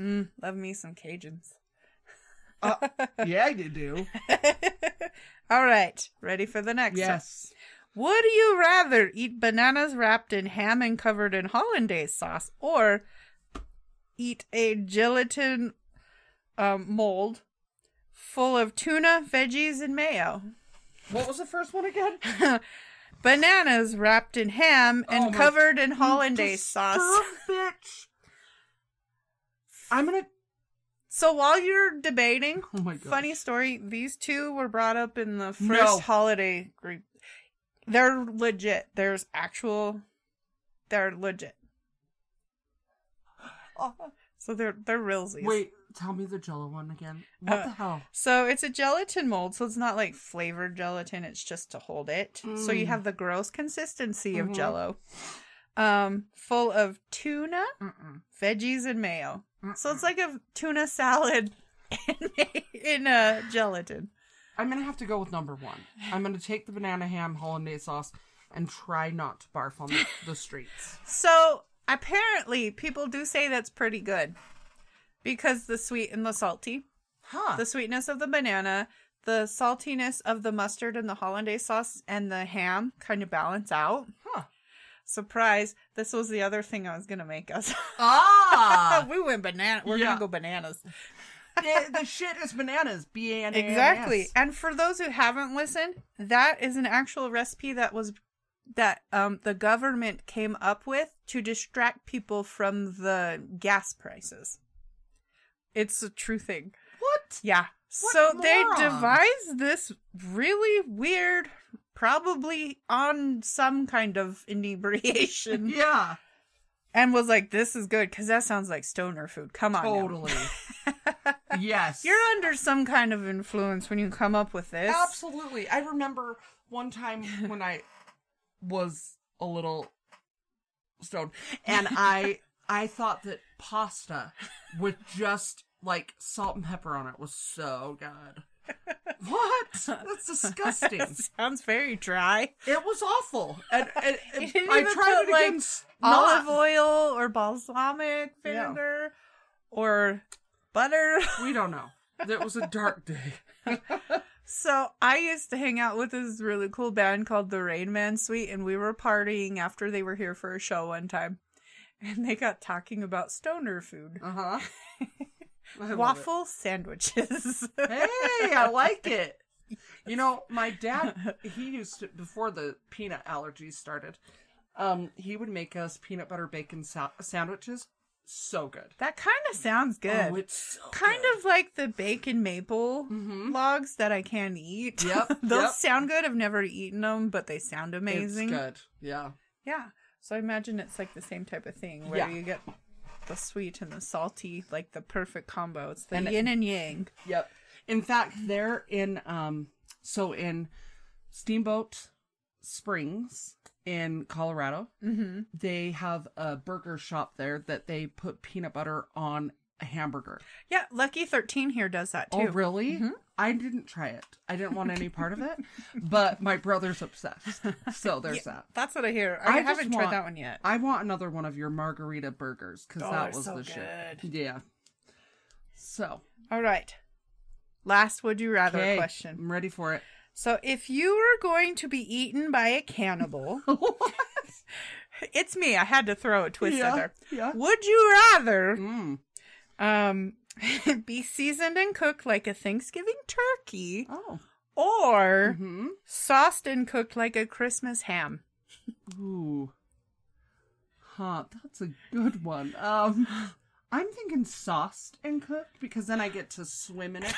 Mm, love me some Cajuns.
<laughs> yeah, you
<laughs>
do.
All right, ready for the next? one.
yes.
Would you rather eat bananas wrapped in ham and covered in hollandaise sauce, or eat a gelatin um, mold full of tuna, veggies, and mayo?
What was the first one again?
Bananas wrapped in ham and
Oh my-
covered in <laughs> hollandaise sauce.
Disturbed bitch. I'm gonna.
So while you're debating,
<laughs> Oh my god.
Funny story. These two were brought up in the first
No.
holiday group. They're legit. There's actual. They're
<gasps>
legit. So they're they're realsies.
Wait, tell me the Jello one again. What
Uh,
the hell?
So it's a gelatin mold. So it's not like flavored gelatin. It's just to hold it. So you
Mm.
have the gross consistency of
Mhm.
Jello, um, full of tuna,
Mm-mm.
veggies, and mayo. So
Mm-mm.
it's like a tuna salad <laughs> in a gelatin.
I'm gonna have to go with number one. I'm gonna take the banana ham hollandaise sauce and try not to barf on the, the streets.
So apparently, people do say that's pretty good. because the sweet and the salty,
Huh.
the sweetness of the banana, the saltiness of the mustard and the hollandaise sauce and the ham kind of balance out.
Huh.
Surprise! This was the other thing I was gonna make us. <laughs>
Ah,
we went banana. We're
Yeah.
gonna go bananas.
the, the shit is bananas. B A N A N A S.
Exactly. And for those who haven't listened, that is an actual recipe that was that um the government came up with to distract people from the gas prices. It's a true thing.
What?
Yeah.
What
so they
morons.
devised this really weird probably on some kind of
<laughs>
inebriation
Yeah,
and was like this is good cuz that sounds like stoner food. Come on. now. <laughs>
totally. yes.
You're under some kind of influence when you come up with this.
Absolutely. I remember one time when I was a little stoned and I I thought that pasta with just like salt and pepper on it was so good. What? That's
<laughs>
disgusting.
It <laughs> sounds very dry.
It was awful. <laughs> And, and, and
<laughs> You didn't
I
even
tried
put,
it again.
like,
s-
Olive
not-
oil or balsamic
Yeah.
vinegar or butter.
We don't know. It was a dark
<laughs>
day.
So I used to hang out with this really cool band called the Rain Man Suite, and we were partying after they were here for a show one time. <laughs> And they got talking about stoner food.
<laughs> Uh huh.
Waffle sandwiches.
<laughs> Hey, I like <laughs> it. You know, my dad, he used to, before the peanut allergies started, um, he would make us peanut butter bacon sa- sandwiches. So good.
that kind of sounds good.
Oh, it's so
kind of like the bacon maple logs that I can eat.
Mm-hmm. Yep,
<laughs> Those
yep.
sound good. I've never eaten them, but they sound amazing.
It's good. Yeah.
Yeah. So I imagine it's like the same type of thing where
Yeah.
you get the sweet and the salty, like the perfect combo. It's the
And it-
yin and yang.
Yep. In fact, they're in, um, so in Steamboat Springs in Colorado,
Mm-hmm.
they have a burger shop there that they put peanut butter on a hamburger.
Yeah, Lucky Thirteen here does that too.
Oh, really? I didn't try it. I didn't want any part of it, but my brother's obsessed.
<laughs>
So there's that.
That's what I hear.
I
I,
just
haven't tried
want-
that one yet.
I want another one of your margarita burgers because
Oh,
that
they're
was
so
the shit.
good.
Yeah. So,
All right. Last would you rather
okay,
question.
I'm ready for it.
So if you were going to be eaten by a <laughs> cannibal, it's me. I had to throw a twist
Yeah,
in there.
yeah.
Would you rather
Mm.
um <laughs> be seasoned and cooked like a Thanksgiving turkey
Oh.
or
hmm
sauced and cooked like a Christmas ham.
Ooh. Huh. That's a good one. Um, I'm thinking sauced and cooked because then I get to swim
<laughs>
in it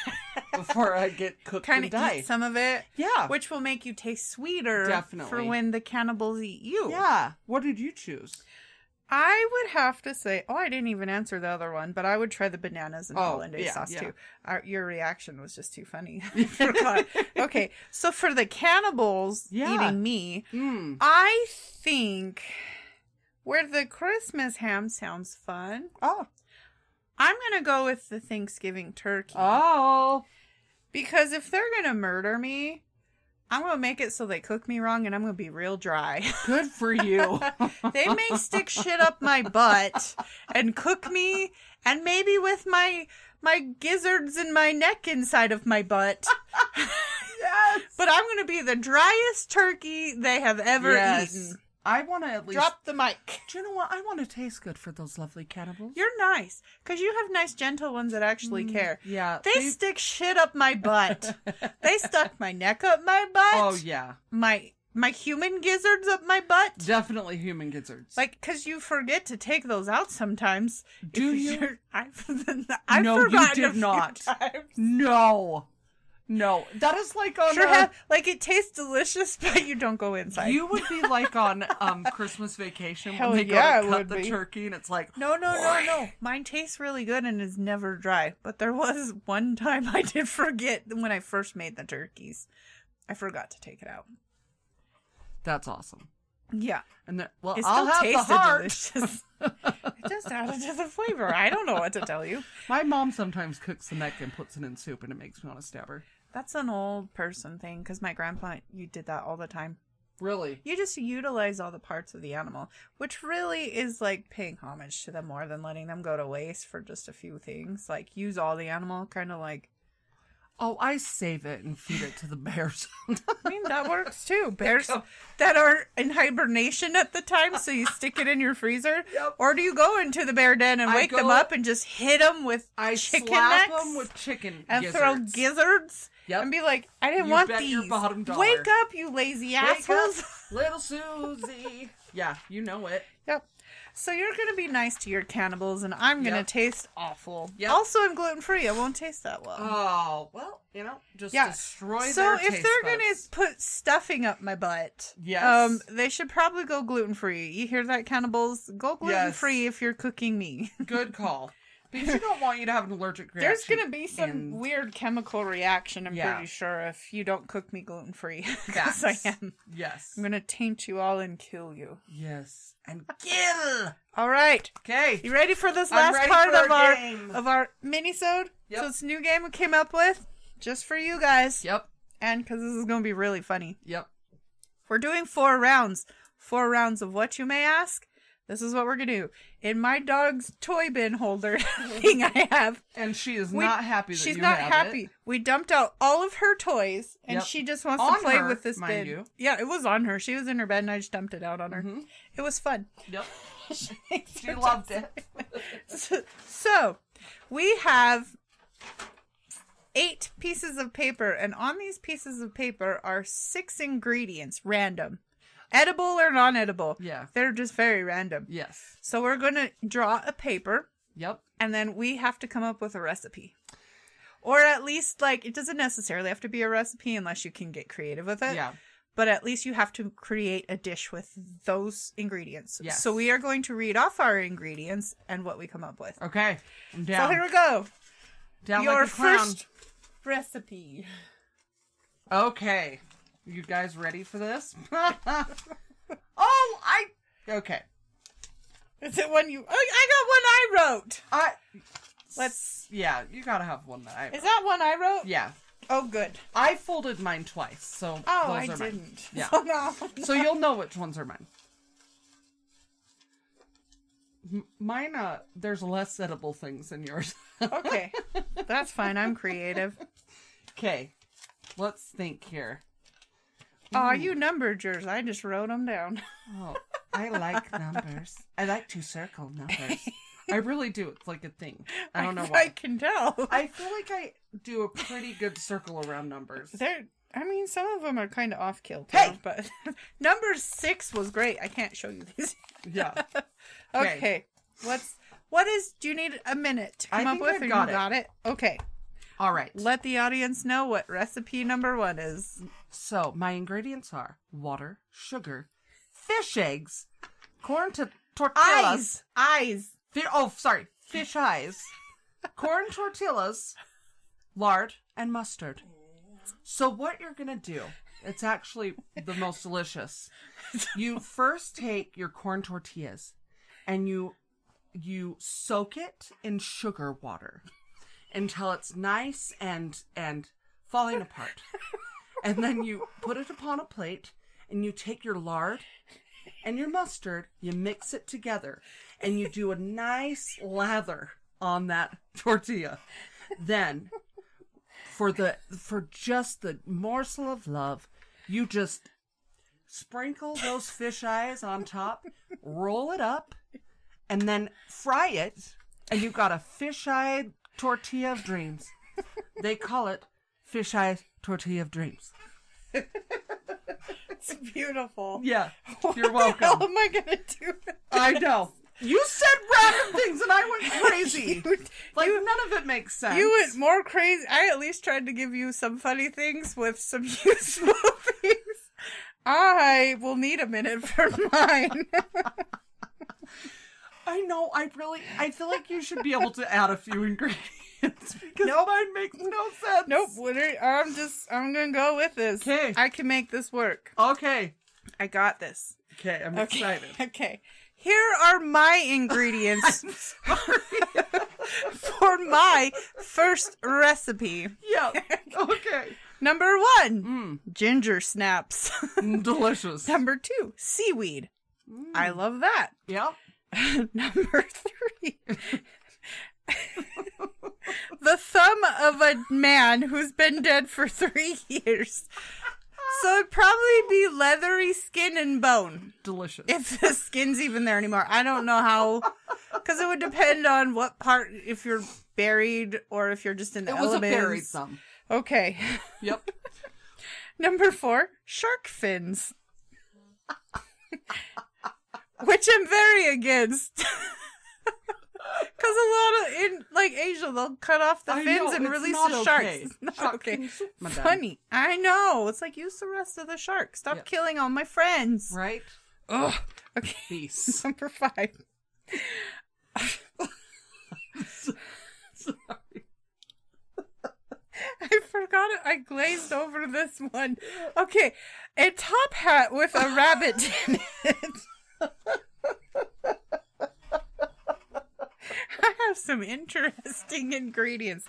before I get cooked
Kind
and
of
die.
eat some of it,
yeah.
which will make you taste sweeter for
Definitely.
when the cannibals eat you.
Yeah. What did you choose?
I would have to say, oh, I didn't even answer the other one, but I would try the bananas and
Oh,
hollandaise
yeah,
sauce
yeah.
too. Our, your reaction was just
<laughs>
too funny. <laughs> I forgot. okay, so for the cannibals
Yeah.
eating me,
Mm.
I think where the Christmas ham sounds fun,
Oh.
I'm gonna go with the Thanksgiving turkey.
Oh.
Because if they're gonna murder me, I'm gonna make it so they cook me wrong and I'm gonna be real dry. <laughs>
Good for you.
they may stick shit up my butt and cook me and maybe with my my gizzards and my neck inside of
<laughs>
my butt.
<laughs> yes.
But I'm gonna be the driest turkey they have ever eaten.
I want to at least.
Drop the mic.
Do you know what? I want to taste good for those lovely cannibals. Mm,
You're nice. Cause you have nice gentle ones that actually care.
Yeah.
They, stick shit up
<laughs>
my butt. they stuck my neck up my butt.
Oh yeah.
my my human gizzards up my butt
Definitely human gizzards.
like because you forget to take those out sometimes
Do
If
you?
you're- <laughs> i've, I've
No, you
forgotten
did
a few
not.
times.
no. No. That is like on.
sure
uh,
have, like it tastes delicious <laughs> but you don't go inside
you would be like on um Christmas vacation
Hell
when they go
yeah, I
to cut
would
the
be.
turkey and it's like
no no no no mine tastes really good and is never dry but there was <laughs> one time i did forget when i first made the turkeys i forgot to take it out
that's awesome.
yeah
And then, well,
it
I'll
still
have the
tasted
heart.
delicious
<laughs>
it just added to the flavor i don't know what to tell you
My mom sometimes cooks the neck and puts it in soup, and it makes me want to stab her.
That's an old person thing because my grandpa, you did that all the time.
Really?
You just utilize all the parts of the animal, which really is like paying homage to them more than letting them go to waste for just a few things. Like use all the animal, kind of like
Oh, I save it and feed it to the <laughs> bears.
I mean
<laughs>
that works too. Bears that are in hibernation at the time, so you stick it in your freezer,
<laughs> Yep.
or do you go into the bear den and
I
wake them
go-
up and just hit them with
I
chicken
slap
necks
them with chicken
and
gizzards.
throw gizzards
Yep.
and be like, I didn't
You
want
bet your
these.
bottom dollar.
Wake up, you lazy
Wake
assholes!
up, little Susie. Yeah, you know it.
Yep. So you're gonna be nice to your cannibals, and I'm gonna
Yep.
taste awful.
Yep.
Also, I'm gluten free. I won't taste that well.
Oh well, you know, just
Yeah.
destroy.
so
their
if
taste
they're <laughs>
buds.
gonna put stuffing up my butt,
Yes.
um, they should probably go gluten free. You hear that, cannibals? Go gluten free if you're cooking me.
good call, because you don't want you to have an allergic reaction.
There's gonna be some
and-
weird chemical reaction. I'm
Yeah.
pretty sure if you don't cook me gluten <laughs> free, because
Facts.
I am.
Yes.
I'm gonna taint you all and kill you.
Yes. And kill.
All right.
Okay.
You ready for this
I'm
last
ready
part
for our
of our
game.
of our minisode?
Yep.
So it's a new game we came up with just for you guys,
Yep.
and because this is going to be really funny.
Yep.
We're doing four rounds. Four rounds of what you may ask. This is what we're gonna do. In my dog's toy bin holder <laughs> thing I have,
And she is
we-
not happy. That
she's
you
not
have
happy.
It.
We dumped out all of her toys, and
Yep.
she just wants
On
to play
her,
with this
mind
bin.
you.
Yeah, it was on her. She was in her bed, and I just dumped it out on her. It was fun. <laughs>
Yep. She loved it.
So, we have eight pieces of paper, and on these pieces of paper are six ingredients, random, edible or non edible.
Yeah.
They're just very random.
Yes.
So, we're going to draw a paper,
Yep.
and then we have to come up with a recipe. Or at least, like, it doesn't necessarily have to be a recipe unless you can get creative with it.
Yeah.
But at least you have to create a dish with those ingredients.
Yes.
So, we are going to read off our ingredients and what we come up with.
Okay. I'm
So
down.
here we go.
down
Your
like a clown.
first recipe.
Okay. You guys ready for this? <laughs> oh, I. Okay.
Is it one you? oh, I, I got one I wrote.
I.
Let's.
Yeah, you gotta have one that I.
Is that one I wrote?
yeah.
Oh, good.
I folded mine twice, so
Oh,
those
I
are mine.
didn't. <laughs>
Yeah.
Oh, no.
So you'll know which ones are mine. M- mine, uh, there's less edible things than yours. <laughs>
okay, that's fine. I'm creative.
okay, let's think here.
Oh, you numbered yours. I just wrote them down.
Oh, I like numbers. I like to circle numbers. <laughs> I really do. It's like a thing. I don't know
<laughs> I
why.
can tell.
I feel like I do a pretty good circle around numbers.
They're. I mean, some of them are kind of off kilter,
Hey!
but <laughs> number six was great. I can't show you these.
Yeah.
Okay.
Okay.
What's what is? Do you need a minute to
I
come up
think
with?
I've
or
got
you
it.
got it. Okay.
<laughs> All right.
Let the audience know what recipe number one is.
So my ingredients are water, sugar, fish eggs, corn to tortillas.
Eyes, eyes.
Fi- oh, sorry, fish eyes, corn tortillas, lard, and mustard. So what you're gonna do? It's actually the most delicious. You first take your corn tortillas, and you you soak it in sugar water until it's nice and and falling apart. And then you put it upon a plate and you take your lard and your mustard, you mix it together and you do a nice lather on that <laughs> tortilla. Then for the for just the morsel of love, you just sprinkle those fish eyes on top, roll it up, and then fry it, and you've got a fish-eyed tortilla of dreams. They call it fish-eyed tortilla of dreams.
It's beautiful.
<laughs> Yeah,
What
you're
the hell
welcome.
am I gonna do? <laughs>
I know. You said random things, and I went crazy.
<laughs> You-
Like none of it makes sense.
You went more crazy. I at least tried to give you some funny things with some <laughs> useful things. I will need a minute for <laughs> mine.
I know. I really. I feel like you should be able to add a few ingredients <laughs> because
Nope.
mine makes no sense.
nope. what are- I'm just. I'm gonna go with this.
'Kay.
I can make this work.
Okay.
I got this.
Okay. I'm
Okay.
excited.
<laughs>
<laughs>
Okay. Here are my ingredients for my first recipe.
yeah. Okay.
Number one,
Mm,
ginger snaps. <laughs>
mm, delicious.
Number two, seaweed.
Mm.
I love that. <laughs>
Yep.
Number three. <laughs> the thumb of a man who's been dead for three years. So it'd probably be leathery skin and bone
Delicious.
if the skin's even there anymore. I don't know how, because it would depend on what part, if you're buried or if you're just in the
it was a
elements.
buried thumb.
Okay.
Yep.
Number four, shark fins. <laughs> Which I'm very against. <laughs> Cause a lot of in like Asia they'll cut off the
I
fins
know,
and
it's
release
not
the sharks.
okay.
It's not
Shark
okay.
fin soup, madame.
Funny. I know. It's like use the rest of the shark. Stop
Yep.
killing all my friends.
Right?
Ugh. Okay.
Peace.
Number five.
Sorry.
I forgot it. I glazed over this one. Okay. A top hat with a
<laughs>
rabbit in it. I have some interesting ingredients.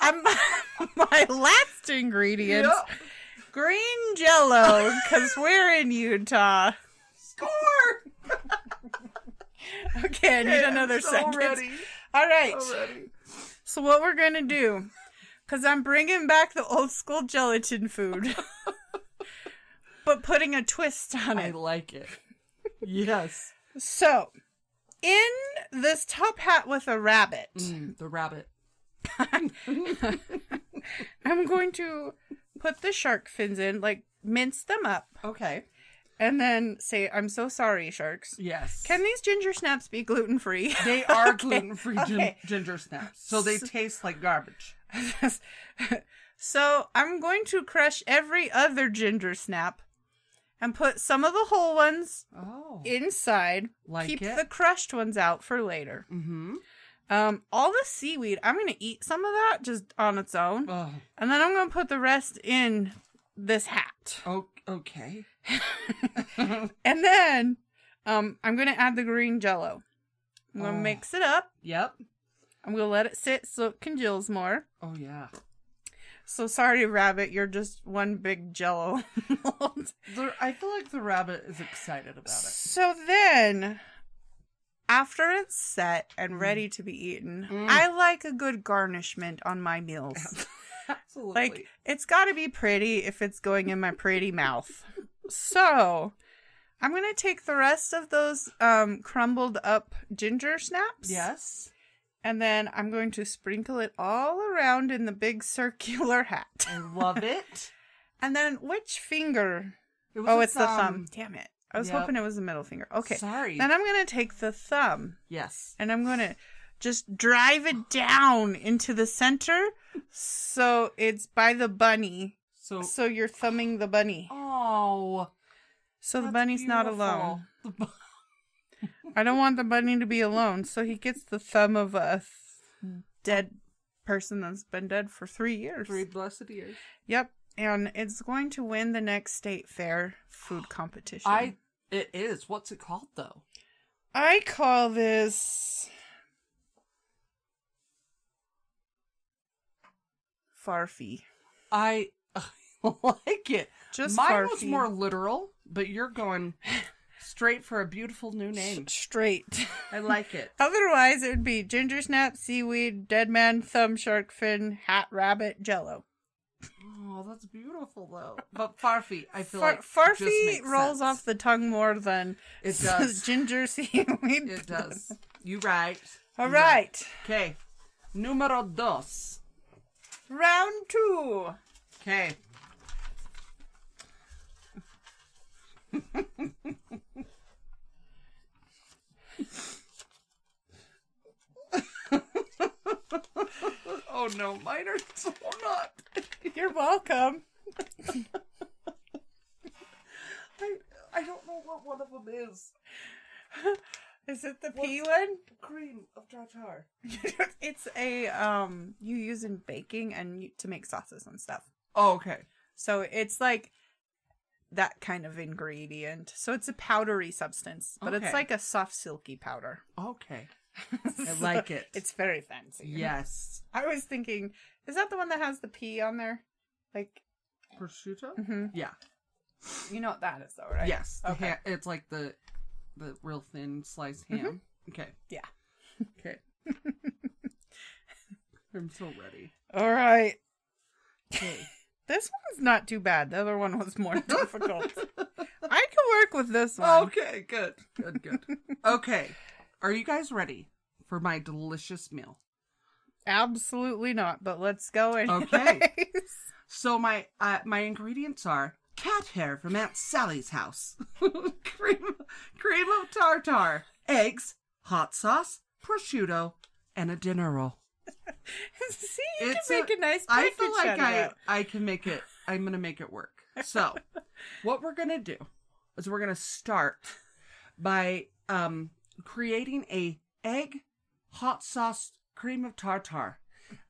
Um, my last
<laughs>
ingredient
Yep.
green jello, because we're in Utah.
Score!
Okay, I need another
so
sentence.
Ready.
All right.
So ready.
So, what we're going to do, because I'm bringing back the old school gelatin food, but putting a twist on
I
it.
like it. Yes.
So, in this top hat with a rabbit,
Mm, the rabbit.
I'm going to put the shark fins in, like mince them up,
Okay.
and then say, I'm so sorry, sharks.
Yes.
Can these ginger snaps be gluten free?
They are gluten free
okay.
ginger snaps, so they taste like garbage.
<laughs> so I'm going to crush every other ginger snap and put some of the whole ones
Oh,
inside.
Like
keep
it?
the crushed ones out for later.
mm-hmm.
Um, all the seaweed, I'm going to eat some of that just on its own.
Oh,
And then I'm going to put the rest in this hat.
o- okay.
And then um, I'm going to add the green jello. I'm going to
Oh.
mix it up.
<laughs> Yep.
I'm going to let it sit so it congeals more.
Oh yeah.
So sorry, rabbit, you're just one big jello <laughs> mold.
The, I feel like the rabbit is excited about it.
So then, after it's set and
Mm.
ready to be eaten, I like a good garnishment on
<laughs>
my meals.
Absolutely.
like, it's got to be pretty if it's going in my pretty mouth. So, I'm going to take the rest of those um, crumbled up ginger snaps.
yes.
And then I'm going to sprinkle it all around in the big circular hat.
I love it.
And then, which finger?
It was
Oh,
a
it's the thumb. Damn it. I was
Yep.
hoping it was the middle finger. Okay.
Sorry.
Then I'm going to take the thumb
yes.
and I'm going to just drive it down into the center so it's by the bunny.
So.
So you're thumbing the bunny.
Oh.
So the
that's
bunny's not
beautiful.
alone.
The bu-
I don't want the bunny to be alone. So he gets the thumb of a th- dead person that's been dead for three years.
Three blessed years.
Yep. And it's going to win the next state fair food
<gasps>
competition.
I. It is. What's it called though?
I call this Farfy.
I <laughs> like it.
Just
Mine was
Farfy.
more literal, but you're going straight for a beautiful new name.
S- Straight. <laughs>
I like it.
Otherwise, it would be ginger snap, seaweed, dead man, thumb shark fin, hat rabbit, jello.
<laughs> Oh, that's beautiful though. But Farfy, I feel
Far-
like just
Farfy
makes
rolls
sense.
off the tongue more than
It
<laughs>
does.
ginger seaweed.
<laughs> It does. You right.
All right,
Okay. Numero dos.
round two. <laughs>
Okay. oh no, mine are so not.
You're welcome.
I, I don't know what one of them is.
Is it the pea one?
Cream of tartar.
it's a um you use in baking and you, to make sauces and stuff.
Oh, okay.
So it's like that kind of ingredient. So it's a powdery substance, but
Okay.
it's like a soft silky powder. <laughs>
Okay. I like it.
It's very fancy.
Yes.
I was thinking, is that the one that has the pea on there? Like,
prosciutto.
hmm
Yeah.
you know what that is, though, right?
Yes. the
Okay.
ha- it's like the the real thin sliced ham. Okay.
Yeah.
Okay. I'm so ready.
All right.
Okay.
This one's not too bad. The other one was
<laughs>
more difficult. I can work with this one.
okay. Good. Good. Good. Okay. Are you guys ready for my delicious meal?
Absolutely not, but let's go anyways. <laughs>
Okay. So my uh, my ingredients are cat hair from Aunt Sally's house, <laughs> cream cream of tartar, eggs, hot sauce, prosciutto, and a dinner roll.
See, you
It's
can
a-
make a, nice
I
package
feel like
out of
I
that.
I can make it. I'm gonna make it work. <laughs> So, what we're gonna do is we're gonna start by um creating a egg hot sauce cream of tartar.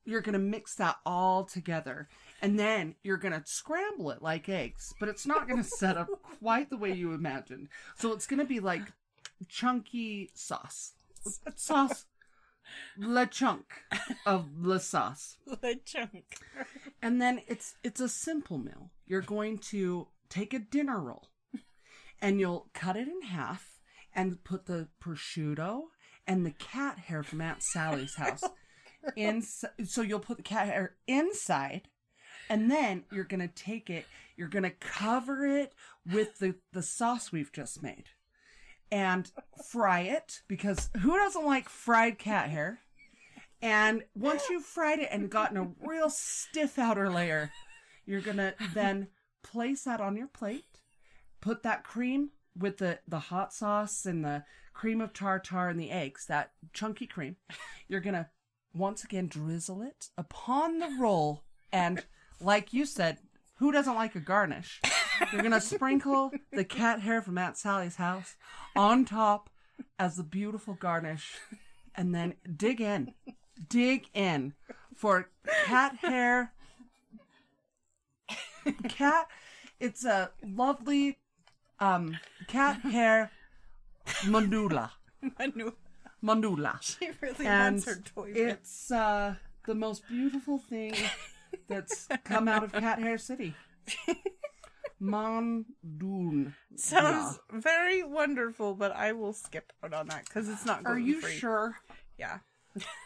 You're gonna mix that all together, and then you're gonna scramble it like eggs, but it's not gonna set <laughs> up quite the way you imagined. So it's gonna be like chunky sauce, <laughs> sauce, le chunk of le sauce.
<laughs> The chunk.
And then it's it's a simple meal. You're going to take a dinner roll and you'll cut it in half and put the prosciutto and the cat hair from Aunt Sally's house in so you'll put the cat hair inside and then you're going to take it you're going to cover it with the the sauce we've just made and fry it because who doesn't like fried cat hair? And once you've fried it and gotten a real stiff outer layer, you're gonna then place that on your plate, put that cream with the, the hot sauce and the cream of tartar and the eggs, that chunky cream. You're gonna once again drizzle it upon the roll and like you said, who doesn't like a garnish? You're gonna sprinkle the cat hair from Aunt Sally's house on top as the beautiful garnish, and then dig in, dig in for cat hair. Cat, it's a lovely um, cat hair mandula,
I knew
mandula
she really
and
wants her toy. bit.
it's uh, the most beautiful thing that's come out of Cat Hair City. <laughs> Mondoon.
Sounds very wonderful, but I will skip out on that because it's not
Are
gluten
you
free.
sure?
Yeah.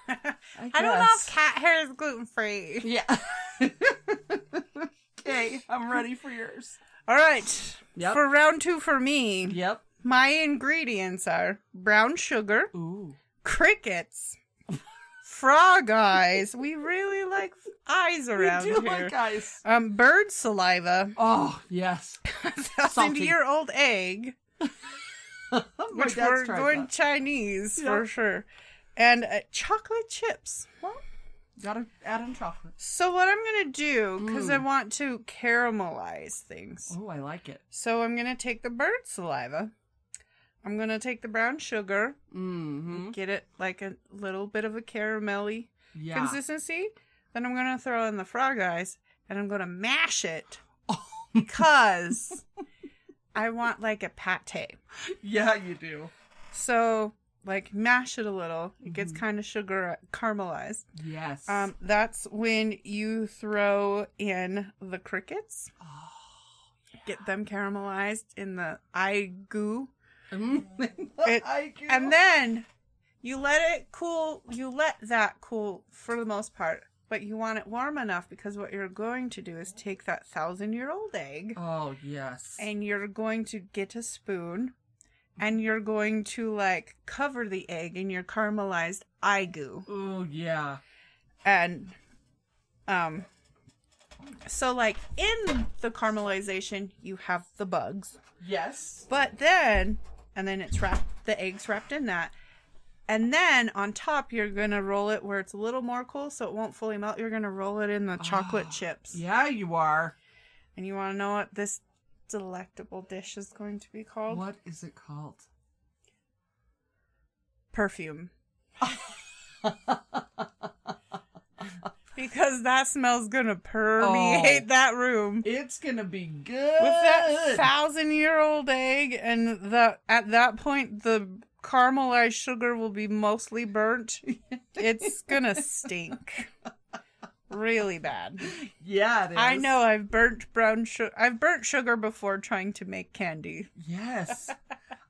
I don't know if cat hair is gluten free.
Yeah. <laughs> okay, I'm ready for yours.
All right.
Yep.
For round two for me,
Yep.
my ingredients are brown sugar,
Ooh.
crickets, frog eyes. We really like eyes around
we do
here.
like ice.
um, bird saliva, <laughs>
Oh yes.
thousand year old egg,
Oh, My
which
dad's
we're
tried
going
that.
Chinese
Yeah.
for sure, and uh, chocolate chips.
Gotta add in chocolate.
So what I'm gonna do, because
Mm.
I want to caramelize things.
Oh, I like it.
So I'm gonna take the bird saliva. I'm gonna take the brown sugar,
Mm-hmm.
get it like a little bit of a caramelly
Yeah.
consistency. Then I'm gonna throw in the frog eyes, and I'm gonna mash it
<laughs> Oh. <laughs>
because I want like a pate.
yeah, you do.
So like mash it a little. It gets
Mm-hmm.
kind of sugar caramelized.
Yes.
Um, that's when you throw in the crickets.
Ah. <laughs>
Get them caramelized in the eye goo. It- And then you let it cool. You let that cool for the most part, but you want it warm enough because what you're going to do is take that thousand year old egg
oh yes,
and you're going to get a spoon and you're going to like cover the egg in your caramelized eye goo.
oh yeah,
and um so like in the caramelization you have the bugs
yes,
but then and then it's wrapped the eggs wrapped in that and then on top you're gonna roll it where it's a little more cool so it won't fully melt you're gonna roll it in the chocolate chips
Ah, yeah, you are.
and you want to know what this delectable dish is going to be called
What is it called? <laughs>
perfume because that smell's gonna permeate
Oh.
that room
It's gonna be good
with that thousand year old egg and the at that point the caramelized sugar will be mostly burnt it's gonna stink really bad.
Yeah, it is.
I know I've burnt brown sugar. I've burnt sugar before trying to make candy. <laughs>
Yes.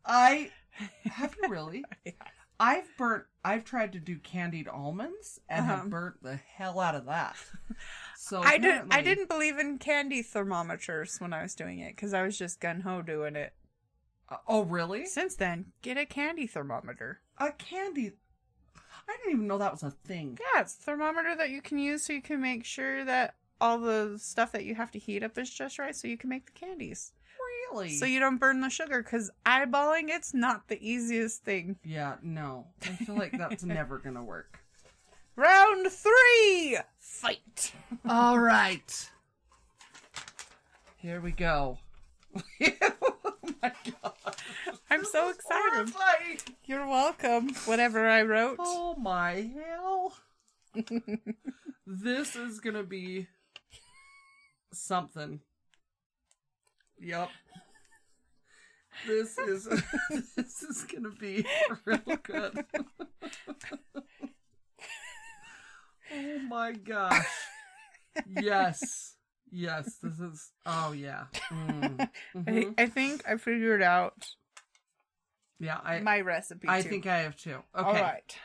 I have you really?
Yeah.
I've burnt I've tried to do candied almonds and
Uh-huh.
have burnt the hell out of
<laughs>
that. So
I didn't. I
Oh, apparently-
didn't believe in candy thermometers when I was doing it because I was just gun ho doing it.
Uh, oh really?
Since then, get a candy thermometer.
A candy I didn't even know that was a thing.
Yeah, it's a thermometer that you can use so you can make sure that all the stuff that you have to heat up is just right so you can make the candies.
Really?
So you don't burn the sugar because eyeballing it's not the easiest thing.
Yeah, no. I feel like
<laughs>
that's never gonna work.
Round three! Fight!
All right. Here we go. <laughs> oh my god.
I'm so excited.
Horrifying.
You're welcome. Whatever I wrote.
Oh my hell. this is gonna be something. Yep. This is <laughs> this is gonna be real good. oh my gosh. Yes. Yes, this is oh yeah. Mm.
I,
Mhm.
I think I figured out
Yeah, I
my recipe.
I
too.
think I have two. Okay.
All right.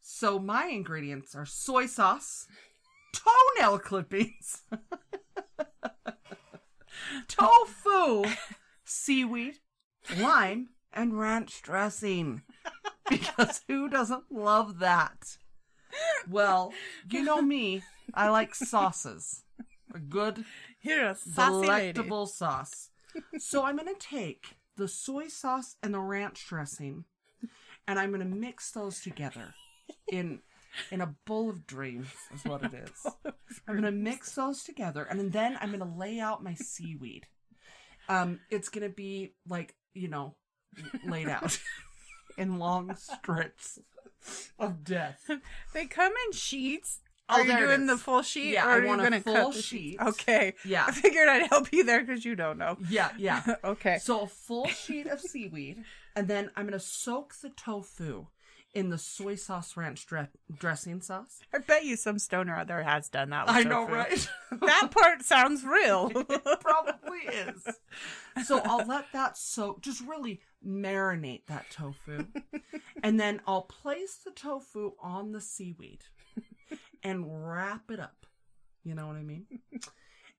So my ingredients are soy sauce, toenail clippings, <laughs> tofu, seaweed, lime, and ranch dressing. Because who doesn't love that? Well, you know me, I like sauces. A good
You're a saucy lady.
delectable sauce. So I'm going to take the soy sauce and the ranch dressing, and I'm going to mix those together in in a bowl of dreams is what it is. I'm going to mix those together, and then I'm going to lay out my seaweed. Um, it's going to be like you know, laid out in long strips of death.
They come in sheets.
Oh,
Are you
there it
doing the
is.
full sheet,
Yeah,
or
I
are you
want a
going to
full
cut the sheets?
sheet.
Okay. <laughs> I
Yeah,
figured I'd help you there because you don't know.
yeah, yeah.
<laughs> okay.
So a full sheet of seaweed, and then I'm gonna soak the tofu in the soy sauce ranch dre- dressing sauce.
I bet you some stoner out there has done that. With tofu. <laughs>
<laughs> that
that part sounds <laughs> real.
<laughs> probably is. So I'll let that soak, just really marinate that tofu, and then I'll place the tofu on the seaweed and wrap it up. You know what I mean?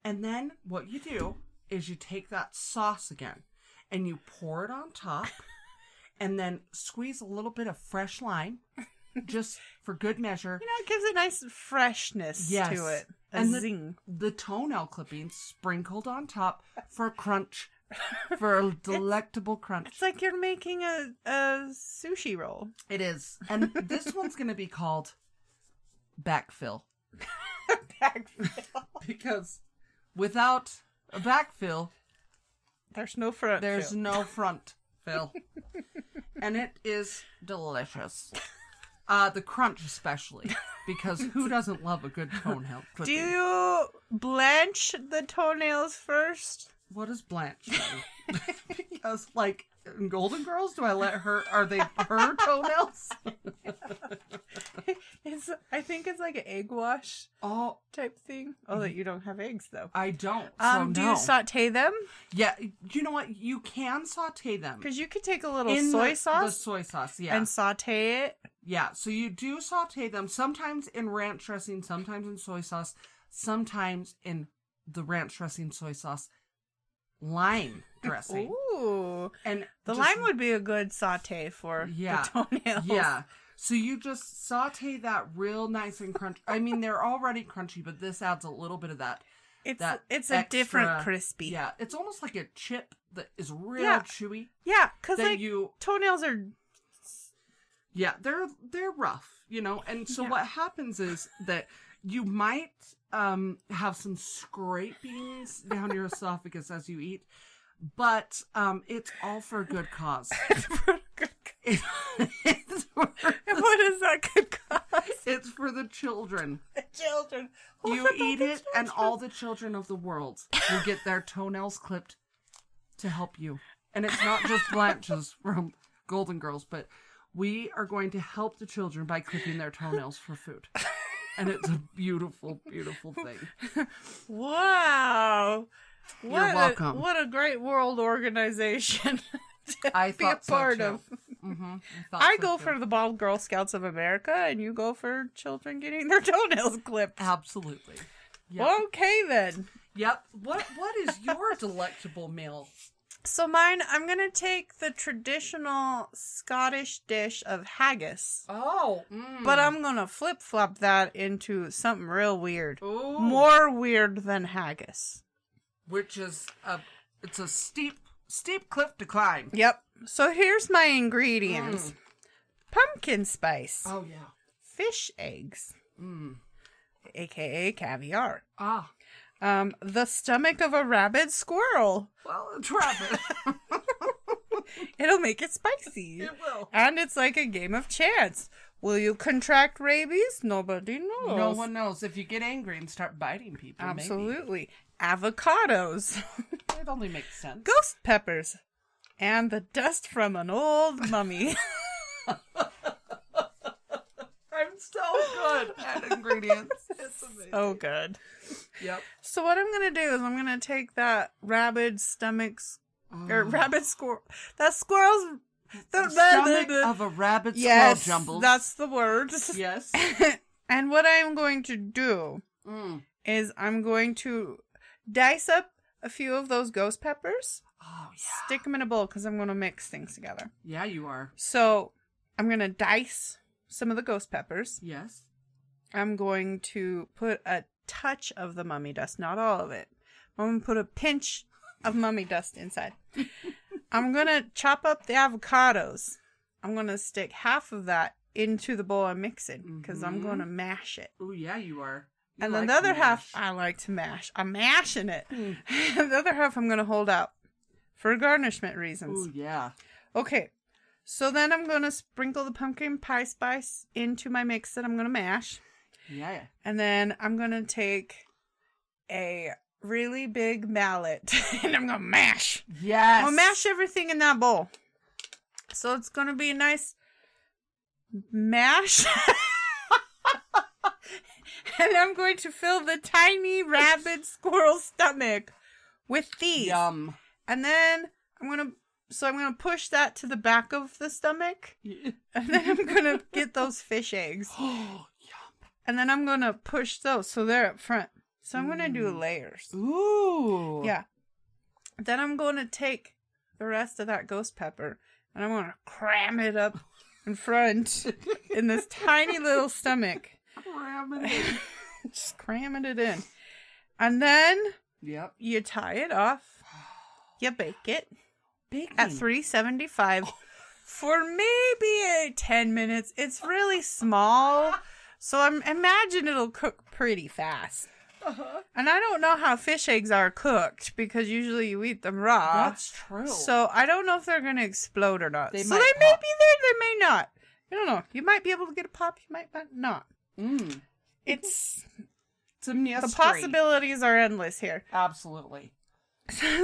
And then what you do is you take that sauce again and you pour it on top and then squeeze a little bit of fresh lime just for good measure.
you know, it gives a nice freshness
Yes.
to it. A
And the-
zing.
The toenail clippings sprinkled on top for a crunch, for
<laughs>
a delectable crunch.
It's like you're making a, a sushi roll.
It is. And this one's going to be called backfill because without a backfill,
<laughs> There's no front.
There's
fill.
no front, Phil. and it is
<laughs>
delicious. Uh, the crunch especially, because who doesn't love a good toenail
<laughs> Do
clipping?
you blanch the toenails first? <laughs>
What is Blanche? do? <laughs> because like in Golden Girls, do I let her? Are they
<laughs>
her toenails?
It's I think it's like an egg wash
Oh,
type thing. Oh, that you don't have eggs though.
I don't. So
Um, do
no.
you saute them?
yeah, you know what? You can saute them
Because you could take a little
In
soy
the- The
sauce
soy sauce, yeah.
and saute it.
Yeah, so you do saute them sometimes in ranch dressing, sometimes in soy sauce, sometimes in the ranch dressing soy sauce
<laughs>
lime dressing.
Ooh,
And
the
just-
lime would be a good saute for
Yeah.
the <laughs> toenails.
Yeah. So you just saute that real nice and crunchy. I mean, they're already crunchy, but this adds a little bit of that.
it's
That
it's a different
extra-
crispy.
Yeah, it's almost like a chip that is real
Yeah.
chewy.
yeah, because
That
like
you
toenails are <laughs>
Yeah, they're they're rough, you know. And so
Yeah.
what happens is that you might um have some scrapings down your esophagus as you eat, but um it's all for a good cause. <laughs> It- it's, for,
<laughs> what is that good cause? <laughs>
it's for the children.
The children.
You eat it, and all the children of the world will get their toenails clipped to help you. And it's not just
<laughs>
Blanche's from Golden Girls, but we are going to help the children by clipping their toenails for food. and it's a beautiful, beautiful
<laughs>
thing.
Wow.
You're
What a-
welcome.
what a great world organization <laughs> to
I
be a
thought so,
part
too.
of.
hmm
<laughs> I go for the Bald Girl Scouts of America, and you go for children getting their <laughs> toenails clipped.
absolutely. Yep.
Okay, then.
Yep. What What is
<laughs>
your delectable meal?
So mine, I'm gonna take the traditional Scottish dish of haggis,
Oh,
but I'm gonna flip flop that into something real weird,
Ooh.
more weird than haggis.
which is a it's a steep steep cliff to climb.
Yep. So here's my ingredients: pumpkin spice,
Hmm. Oh Hmm. yeah.
fish eggs, aka caviar,
Ah.
um, the stomach of a rabid squirrel.
Well, it's rabbit.
It'll make it spicy.
<laughs> it will.
And it's like a game of chance. Will you contract rabies? Nobody
<laughs>
knows.
No one knows if you get angry and start biting people. maybe.
Absolutely. Avocados, <laughs>
It only makes sense.
ghost peppers, and the dust from an old mummy.
<laughs>
<laughs>
I'm so good <laughs> at ingredients. It's amazing.
oh, good.
Yep.
So what I'm gonna do is I'm gonna take that rabid stomachs
Oh.
or rabid squirrel. That squirrel's the,
Stomach of a rabbit
yes,
squirrel jumble.
that's the
<laughs>
word. <laughs>
Yes.
and what I'm going to do
Mm.
is I'm going to dice up a few of those ghost peppers,
Oh yeah.
stick them in a bowl because I'm going to mix things together.
Yeah, you are.
So I'm going to dice some of the ghost peppers.
Yes.
I'm going to put a touch of the mummy dust, not all of it. I'm going to put a pinch of mummy dust inside. I'm going to chop up the avocados. I'm going to stick half of that into the bowl I'm mixing because I'm
Mhm.
going to mash it.
Oh yeah, you are. You
And then
like
the other half,
mash. Hmm.
I like to mash. I'm mashing it. <laughs> the other half, I'm going to hold out for garnishment reasons.
Ooh yeah.
Okay. So then I'm going to sprinkle the pumpkin pie spice into my mix that I'm going to mash.
Yeah.
And then I'm going to take a really big mallet <laughs> and I'm going to mash.
Yes.
I'll mash everything in that bowl. So it's going to be a nice mash. <laughs> and I'm going to fill the tiny rabid squirrel stomach with these.
Yum.
And then I'm going to so I'm going to push that to the back of the stomach and then I'm going to get those fish eggs.
<gasps> Oh
And then I'm going to push those so they're up front. So I'm going to do layers.
yum. Ooh.
Yeah. Then I'm going to take the rest of that ghost pepper and I'm going to cram it up in front in this tiny little stomach.
Ramen.
<laughs> Just cramming it in. And then
yep.
you tie it off. You bake it
Big
at 375 for maybe uh, 10 minutes. It's really small. So I'm imagine it'll cook pretty fast. And I don't know how fish eggs are cooked because usually you eat them raw.
That's true.
So I don't know if they're going to explode or not.
They
so
might
they may
pop.
be there, they may not. I don't know. You might be able to get a pop, you might not-
<laughs>
not.
Mm.
It's
It's a mystery.
the possibilities are endless here. <laughs>
Absolutely.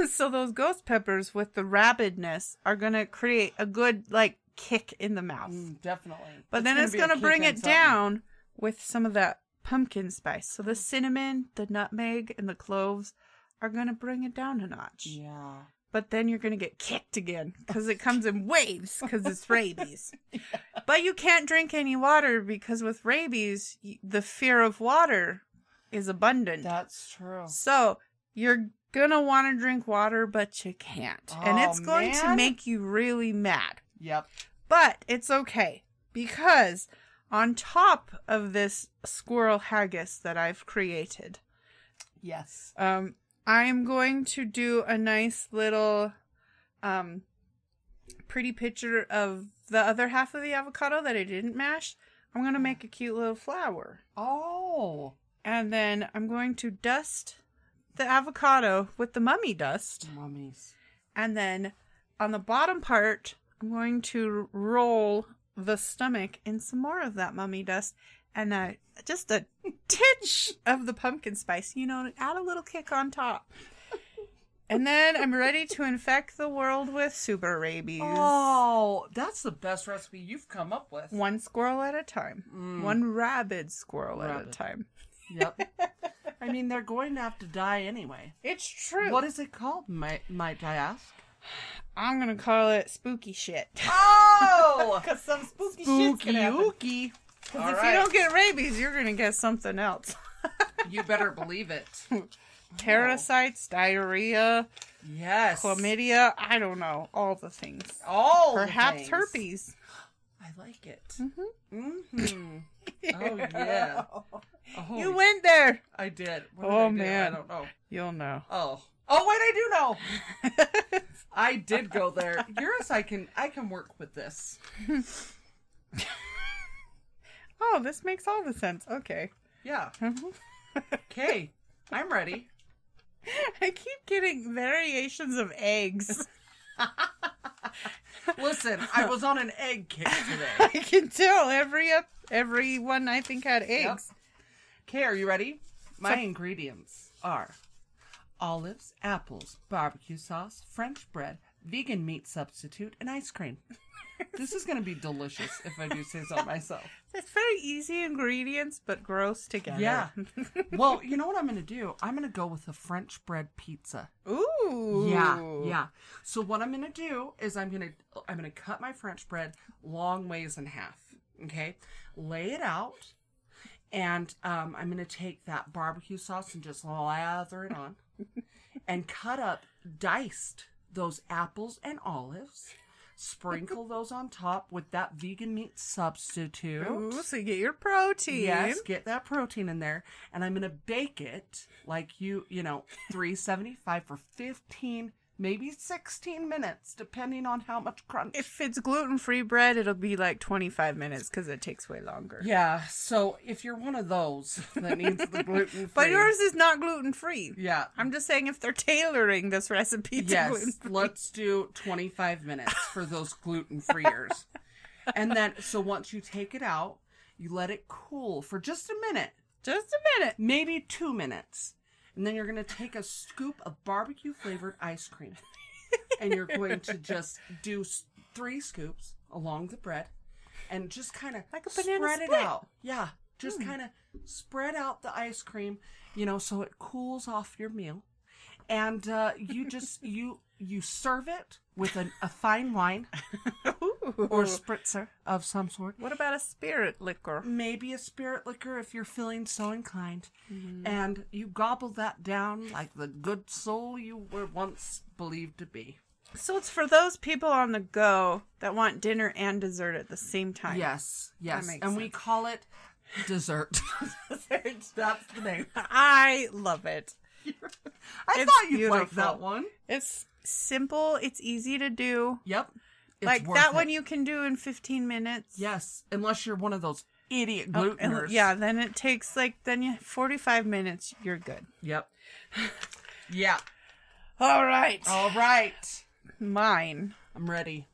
so those ghost peppers with the rabidness are going to create a good like kick in the mouth.
Mm, definitely.
But then it's
be a
going to
kick
bring
in
it
something.
down with some of that pumpkin spice. So the cinnamon, the nutmeg, and the cloves are going to bring it down a notch.
Yeah.
But then you're going to get kicked again because it comes in waves because
<laughs>
it's rabies. But you can't drink any water because with rabies, y- the fear of water is abundant.
That's true.
So you're gonna want to drink water, but you can't, and
Oh,
it's going to
man.
make you really mad.
Yep.
But it's okay because on top of this squirrel haggis that I've created,
Yes.
um, I'm going to do a nice little, um, pretty picture of the other half of the avocado that I didn't mash. I'm gonna make a cute little flower.
Oh.
And then I'm going to dust the avocado with the mummy dust.
Mummies.
And then on the bottom part, I'm going to roll the stomach in some more of that mummy dust and uh, just a <laughs> titch of the pumpkin spice, you know, to add a little kick on top. And then I'm ready to infect the world with super rabies.
Oh, that's the best recipe you've come up with. <laughs>
One squirrel at a time.
Mm.
One rabid squirrel at a
Rabid.
time.
Yep. I mean, they're going to have to die anyway.
It's true.
What is it called, might, might I ask?
I'm gonna call it spooky shit. <laughs>
<laughs> Oh!
Because some spooky, shit's
Spooky
gonna happen.
ooky.
'Cause if you don't get rabies, you're gonna get something else.
You better believe it. <laughs>
Parasites, diarrhea,
Yes.
chlamydia, I don't know, all the things.
All the
Perhaps
things.
herpes.
I like it. Mm-hmm.
<laughs>
Oh, yeah. Oh,
You went there.
I did. What did
Oh,
I do?
man.
I don't know.
You'll know.
Oh. Oh, wait, I do know.
<laughs>
I did go there. Yours, I can, I can work with this.
oh, this makes all the sense. Okay. <laughs>
Yeah.
Mhm.
Okay. I'm ready.
I keep getting variations of
<laughs>
eggs.
Listen, I was on an egg kick today.
I can tell every up every one I think had eggs.
Okay, are you ready? My
So-
ingredients are olives, apples, barbecue sauce, French bread, vegan meat substitute, and ice cream. <laughs> this is going to be delicious if I do say so myself.
It's very easy ingredients, but gross together.
Yeah. <laughs> Well, you know what I'm going to do? I'm going to go with a French bread pizza.
Ooh.
Yeah, yeah. So what I'm gonna do is I'm gonna I'm gonna cut my French bread long ways in half. Okay, lay it out, and um, I'm gonna take that barbecue sauce and just lather it on, and cut up diced those apples and olives. Sprinkle those on top with that vegan meat substitute.
Ooh, so you get your protein.
Yes, get that protein in there, and I'm gonna bake it like you, you <laughs> know, 375 for 15, maybe 16 minutes, depending on how much crunch.
If it's gluten free bread, it'll be like 25 minutes because it takes way longer.
yeah, so if you're one of those <laughs> that needs the gluten,
But yours is not gluten free.
yeah,
I'm just saying if they're tailoring this recipe to gluten
yes,
free.
let's do 25 minutes for those gluten <laughs> freeers, and then so once you take it out, you let it cool for just a minute.
Just a minute.
maybe two minutes. And then you're going to take a scoop of barbecue flavored ice cream. and you're going to just do s- three scoops along the bread and just kind of
Like a banana
spread
split. Hmm.
it out. Yeah. Just kind of spread out the ice cream, you know, so it cools off your meal. And uh, you just <laughs> you you serve it with an, a fine wine
<laughs> Ooh.
or spritzer of some sort
what about a spirit liquor?
maybe a spirit liquor if you're feeling so inclined.
Mm-hmm.
And you gobble that down like the good soul you were once believed to be.
So it's for those people on the go that want dinner and dessert at the same time.
Yes, yes.
makes
And we call it dessert. <laughs> That's the name.
<laughs> I love it.
I
It's
thought you'd like
beautiful.
that one.
It's simple, it's easy to do.
Yep. It's
like
worth
that
it.
one you can do in 15 minutes.
Yes, unless you're one of those idiot
Oh, and-
gluteners.
yeah, then it takes like then you 45 minutes, you're good.
Yep. <laughs> Yeah.
All right.
All right.
Mine.
I'm ready.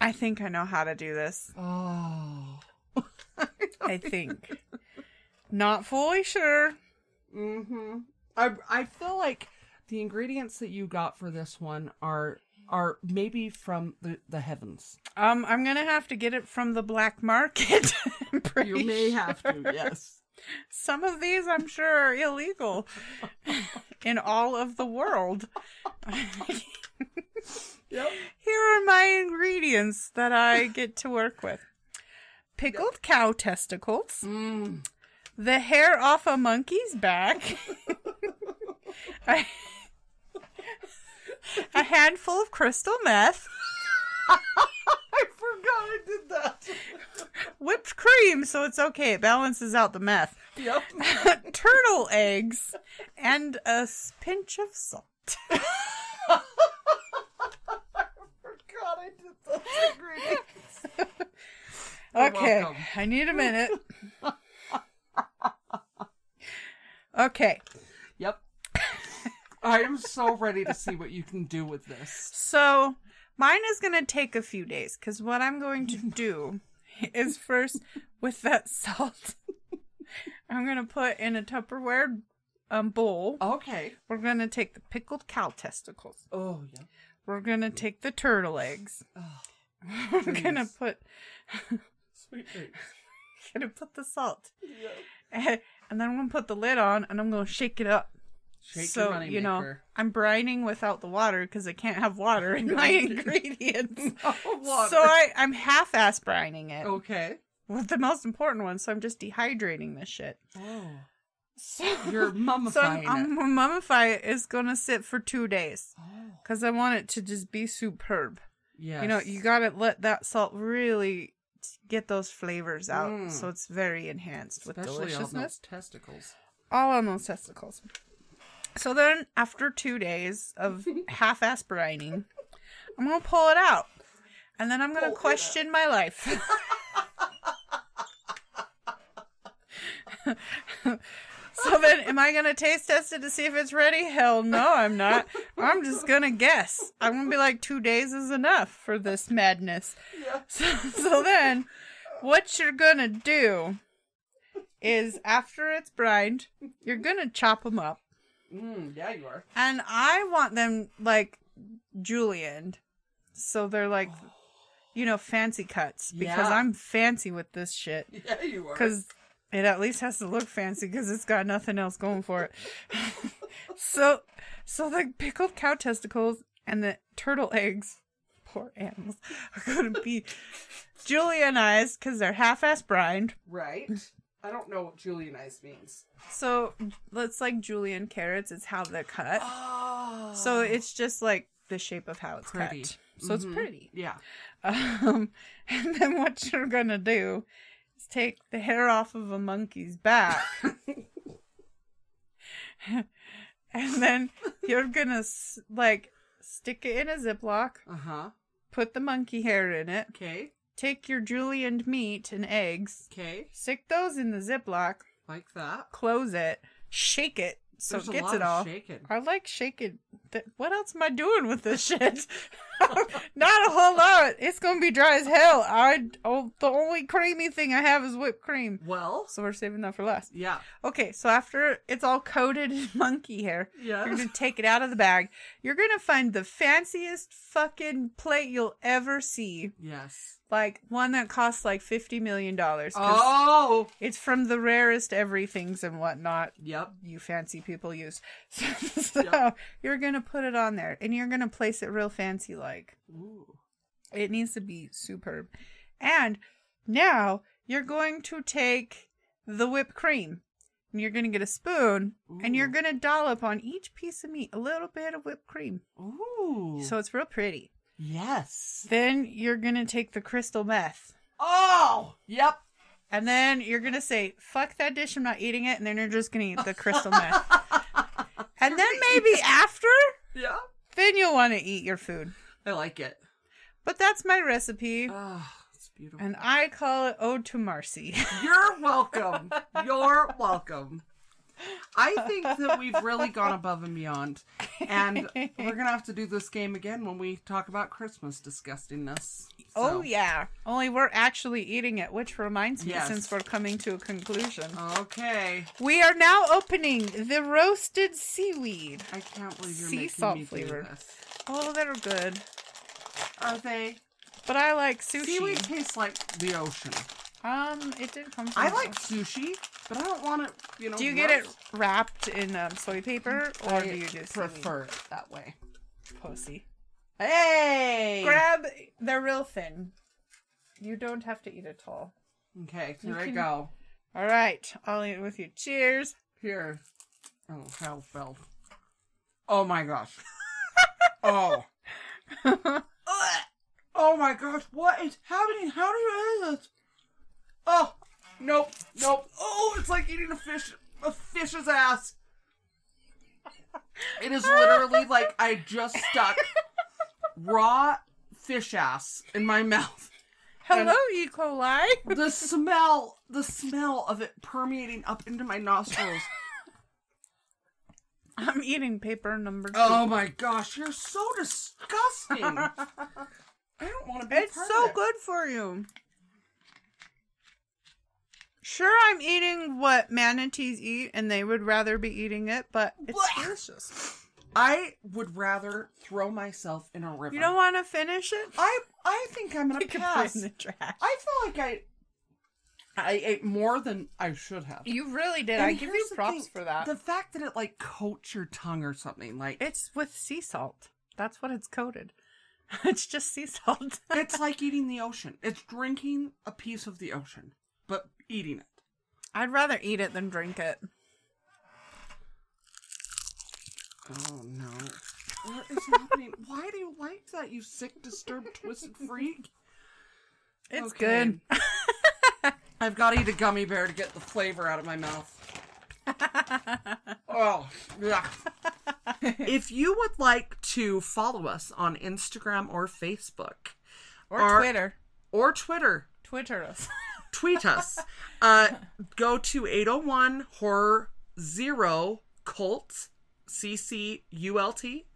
I think I know how to do this.
Oh.
I think. <laughs> Not fully sure.
Mm-hmm. I I feel like the ingredients that you got for this one are are maybe from the, the heavens.
Um I'm going to have to get it from the black market. <laughs> I'm pretty
<laughs> You may
sure.
have to, yes.
Some of these I'm sure are
<laughs>
illegal in all of the world.
Yep.
Here are my ingredients that I get to work with pickled cow testicles,
Mm.
the hair off a
<laughs>
monkey's back, a, a handful of crystal meth,
I forgot I did <laughs> that.
whipped cream, so it's okay, it balances out the meth,
Yep.
<laughs> turtle eggs, and a s- pinch of salt. <laughs>
forgot I did those ingredients. You're
Okay,
welcome.
I need a minute. okay,
Yep. I am so ready to see what you can do with this.
so mine is going to take a few days because what I'm going to do <laughs> is <laughs> first with that salt, I'm going to put in a Tupperware um, bowl,
Okay.
we're gonna take the pickled cow testicles.
Oh yeah.
We're gonna take the turtle eggs.
Oh,
<laughs> We're gonna
Please.
put
sweet baby.
gonna put the salt,
Yeah.
<laughs> and then I'm gonna put the lid on, and I'm gonna shake it up.
Shake
so
your money
you know,
maker.
I'm brining without the water because I can't have
<laughs>
water in my ingredients.
Oh, <laughs> water. Oh.
So I, I'm half-ass brining it
okay.
with the most important one. So I'm just dehydrating this shit.
Oh,
So
you're mummifying
so I'm,
it.
I'm gonna mummify it. It's gonna sit for two days
Oh,
because I want it to just be superb.
yes.
You know, you gotta let that salt really t- get those flavors out,
Mm.
so it's very enhanced with
Especially all
deliciousness.
those testicles.
all on those testicles. So then, after two days
<laughs>
of half-ass brining, I'm gonna pull it out, and then I'm gonna
Pull it out.
question my
<laughs>
life. <laughs> so then, am I gonna taste test it to see if it's ready? Hell no, I'm not. I'm just gonna guess. I'm gonna be like, two days is enough for this madness.
Yeah.
<laughs> So, so then, what you're gonna do is after it's brined, you're gonna chop them up,
Mm, yeah, you are. <laughs>
and I want them like julienned, so they're like, you know, fancy cuts because
Yeah.
I'm fancy with this shit
Yeah, you are.
because it at least has to look fancy because it's got nothing else going for it. <laughs> so, so the pickled cow testicles and the turtle eggs, poor animals, are going to be julianized because they're half-ass brined.
right. I don't know what Julianized means.
So let's like julienne carrots. It's how they're cut.
Oh,
So it's just like the shape of how it's
Pretty. Mm-hmm.
cut. So it's pretty.
yeah.
Um, <laughs> and then what you're gonna do is take the hair off of a
<laughs>
monkey's back, and then you're gonna s- like stick it in a ziploc,
Uh huh.
put the monkey hair in it,
Okay.
take your julienned meat and eggs,
Okay.
stick those in the ziploc,
Like that.
close it, shake it so
There's
it
a
gets
lot
it
of
all.
shaking.
I like shaking. Th- What else am I doing with this shit? <laughs> Not a whole lot. It's gonna be dry as hell. I oh, the only creamy thing I have is whipped cream,
Well,
so we're saving that for last.
yeah.
Okay, so after it's all coated in <laughs> monkey hair,
Yeah.
you're gonna take it out of the bag. You're gonna find the fanciest fucking plate you'll ever see,
Yes.
like one that costs like fifty million dollars.
Oh.
It's from the rarest everythings and whatnot
Yep.
you fancy people use. <laughs> So, so
Yep.
you're gonna put it on there, and you're gonna place it real fancy like.
Ooh.
It needs to be superb. And now you're going to take the whipped cream, and you're gonna get a spoon, and you're
Ooh.
gonna dollop on each piece of meat a little bit of whipped cream,
Ooh.
so it's real pretty.
yes.
Then you're gonna take the crystal meth.
Oh. Yep.
And then you're gonna say, "Fuck that dish! I'm not eating it." And then you're just gonna eat the
<laughs>
crystal meth. and then maybe after,
Yeah.
then you'll want to eat your food.
I like it.
But that's my recipe,
Ah, it's beautiful.
and I call it Ode to Marcy. <laughs>
You're welcome. You're welcome. I think that we've really gone above and beyond. And we're going to have to do this game again when we talk about Christmas disgustingness. So,
Oh yeah, only we're actually eating it, which reminds me,
Yes. Uh-huh.
since we're coming to a conclusion,
Okay.
we are now opening the roasted seaweed.
I can't believe you're
Sea
making
salt
me
flavor.
do this.
Oh, they're good,
Are they?
but I like sushi.
Seaweed tastes like the ocean.
Um, it did come. From
I like sushi, but I don't want it, you know.
Do you get it
roast.
wrapped in um, soy paper, or
I
do you just
prefer it that way.
pussy?
Hey!
Grab. They're real thin. You don't have to eat it all.
Okay,
You
here I
can-
go.
All right, I'll eat it with you. Cheers.
Here. Oh, hell fell. Oh my gosh. oh. Ugh. oh my gosh, what is happening? How do you do this? Oh, nope, nope. Oh, it's like eating a fish, a fish's ass. It is literally like I just stuck raw fish ass in my mouth
Hello, E. coli.
the smell, the smell of it permeating up into my nostrils.
<laughs> I'm eating paper number two.
Oh my gosh, you're so <laughs> disgusting. I don't want to be a
it's
part
so
of it.
good for you. Sure, I'm eating what manatees eat, and they would rather be eating it, but it's
Blech.
delicious.
I would rather throw myself in a river.
You don't want to finish <laughs> it?
I <laughs> I think I'm gonna
You can put it
pass.
in the trash.
I feel like I I ate more than I should have.
You really did. I
And
give you
here's the
props
thing,
for that.
The fact that it like coats your tongue or something like
It's with sea salt. That's what it's coated. <laughs> It's just sea salt. <laughs>
it's like eating the ocean. It's drinking a piece of the ocean, but eating it.
I'd rather eat it than drink it.
Oh no. What is happening? Why do you like that, you sick, disturbed, twisted freak?
It's
Okay.
good.
<laughs> I've got to eat a gummy bear to get the flavor out of my <laughs> mouth. oh, yeah. <laughs> if you would like to follow us on Instagram or Facebook
Or
Or-
Twitter.
or Twitter,
Twitter us. <laughs>
tweet us. Uh, go to 801 Horror Zero Cult, C C U L T.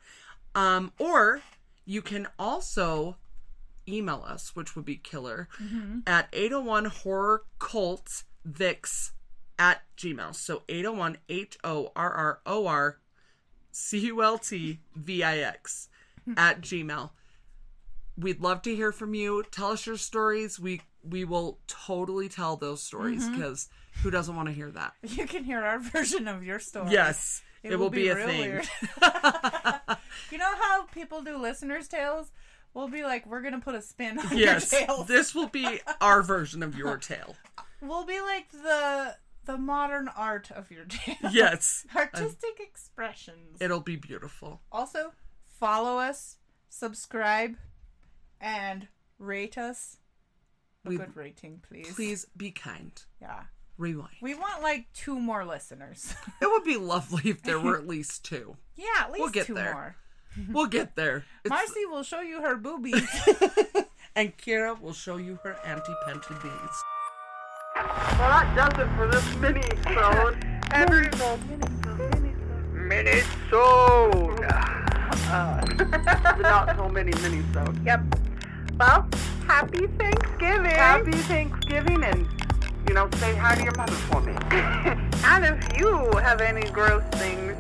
Um, or you can also email us, which would be killer, at 801 Horror Cult Vix at Gmail. So 801 H O R R O R C U L T V I X at Gmail we'd love to hear from you tell us your stories we we will totally tell those stories because who doesn't want to hear that
You can hear our <laughs> version of your story.
yes it, will, be, a
real
thing <laughs>
weird. <laughs> you know how people do listeners' tales? We'll be like, we're gonna put a spin on
yes
your tales.
this will be our version of your tale
We'll be like the the modern art of your tale.
yes
<laughs> Artistic expressions.
<laughs> it'll be beautiful
Also, follow us, subscribe, and rate us. A
We-
good rating, please.
please be kind
Yeah.
rewind <laughs>
We want like two more listeners. <laughs>
it would be lovely if there were at least <laughs> two
yeah, at least
get
two
there.
more.
we'll get there It's-
Marcy will show you her boobies.
and kira will show you her anti-penty beads
Well, that does it for this mini-sode. Everyone. Mini-sode. Not so many mini-sodes. Yep. Well, happy Thanksgiving. Happy Thanksgiving and, you know, say hi to your mother for me. <laughs> and if you have any gross things,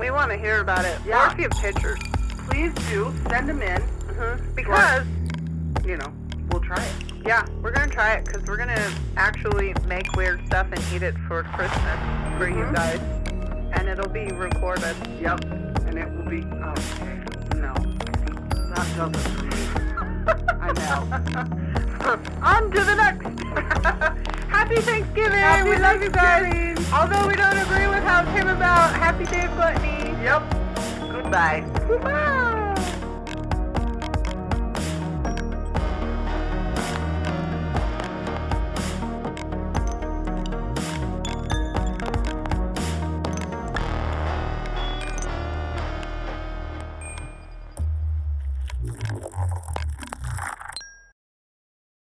we want to hear about it. Or if you have pictures. Please do. Send them in. Mm-hmm. Because you know, we'll try it. Yeah, we're gonna try it because we're gonna actually make weird stuff and eat it for Christmas for you guys, and it'll be recorded. Mm-hmm. Yep, and it will be. Oh, no, that doesn't. For me. <laughs> I know. <laughs> On to the next. <laughs> Happy Thanksgiving. we love you guys. Although we don't agree with how it came about, happy Dave Gluttony. Yep. Goodbye. Goodbye.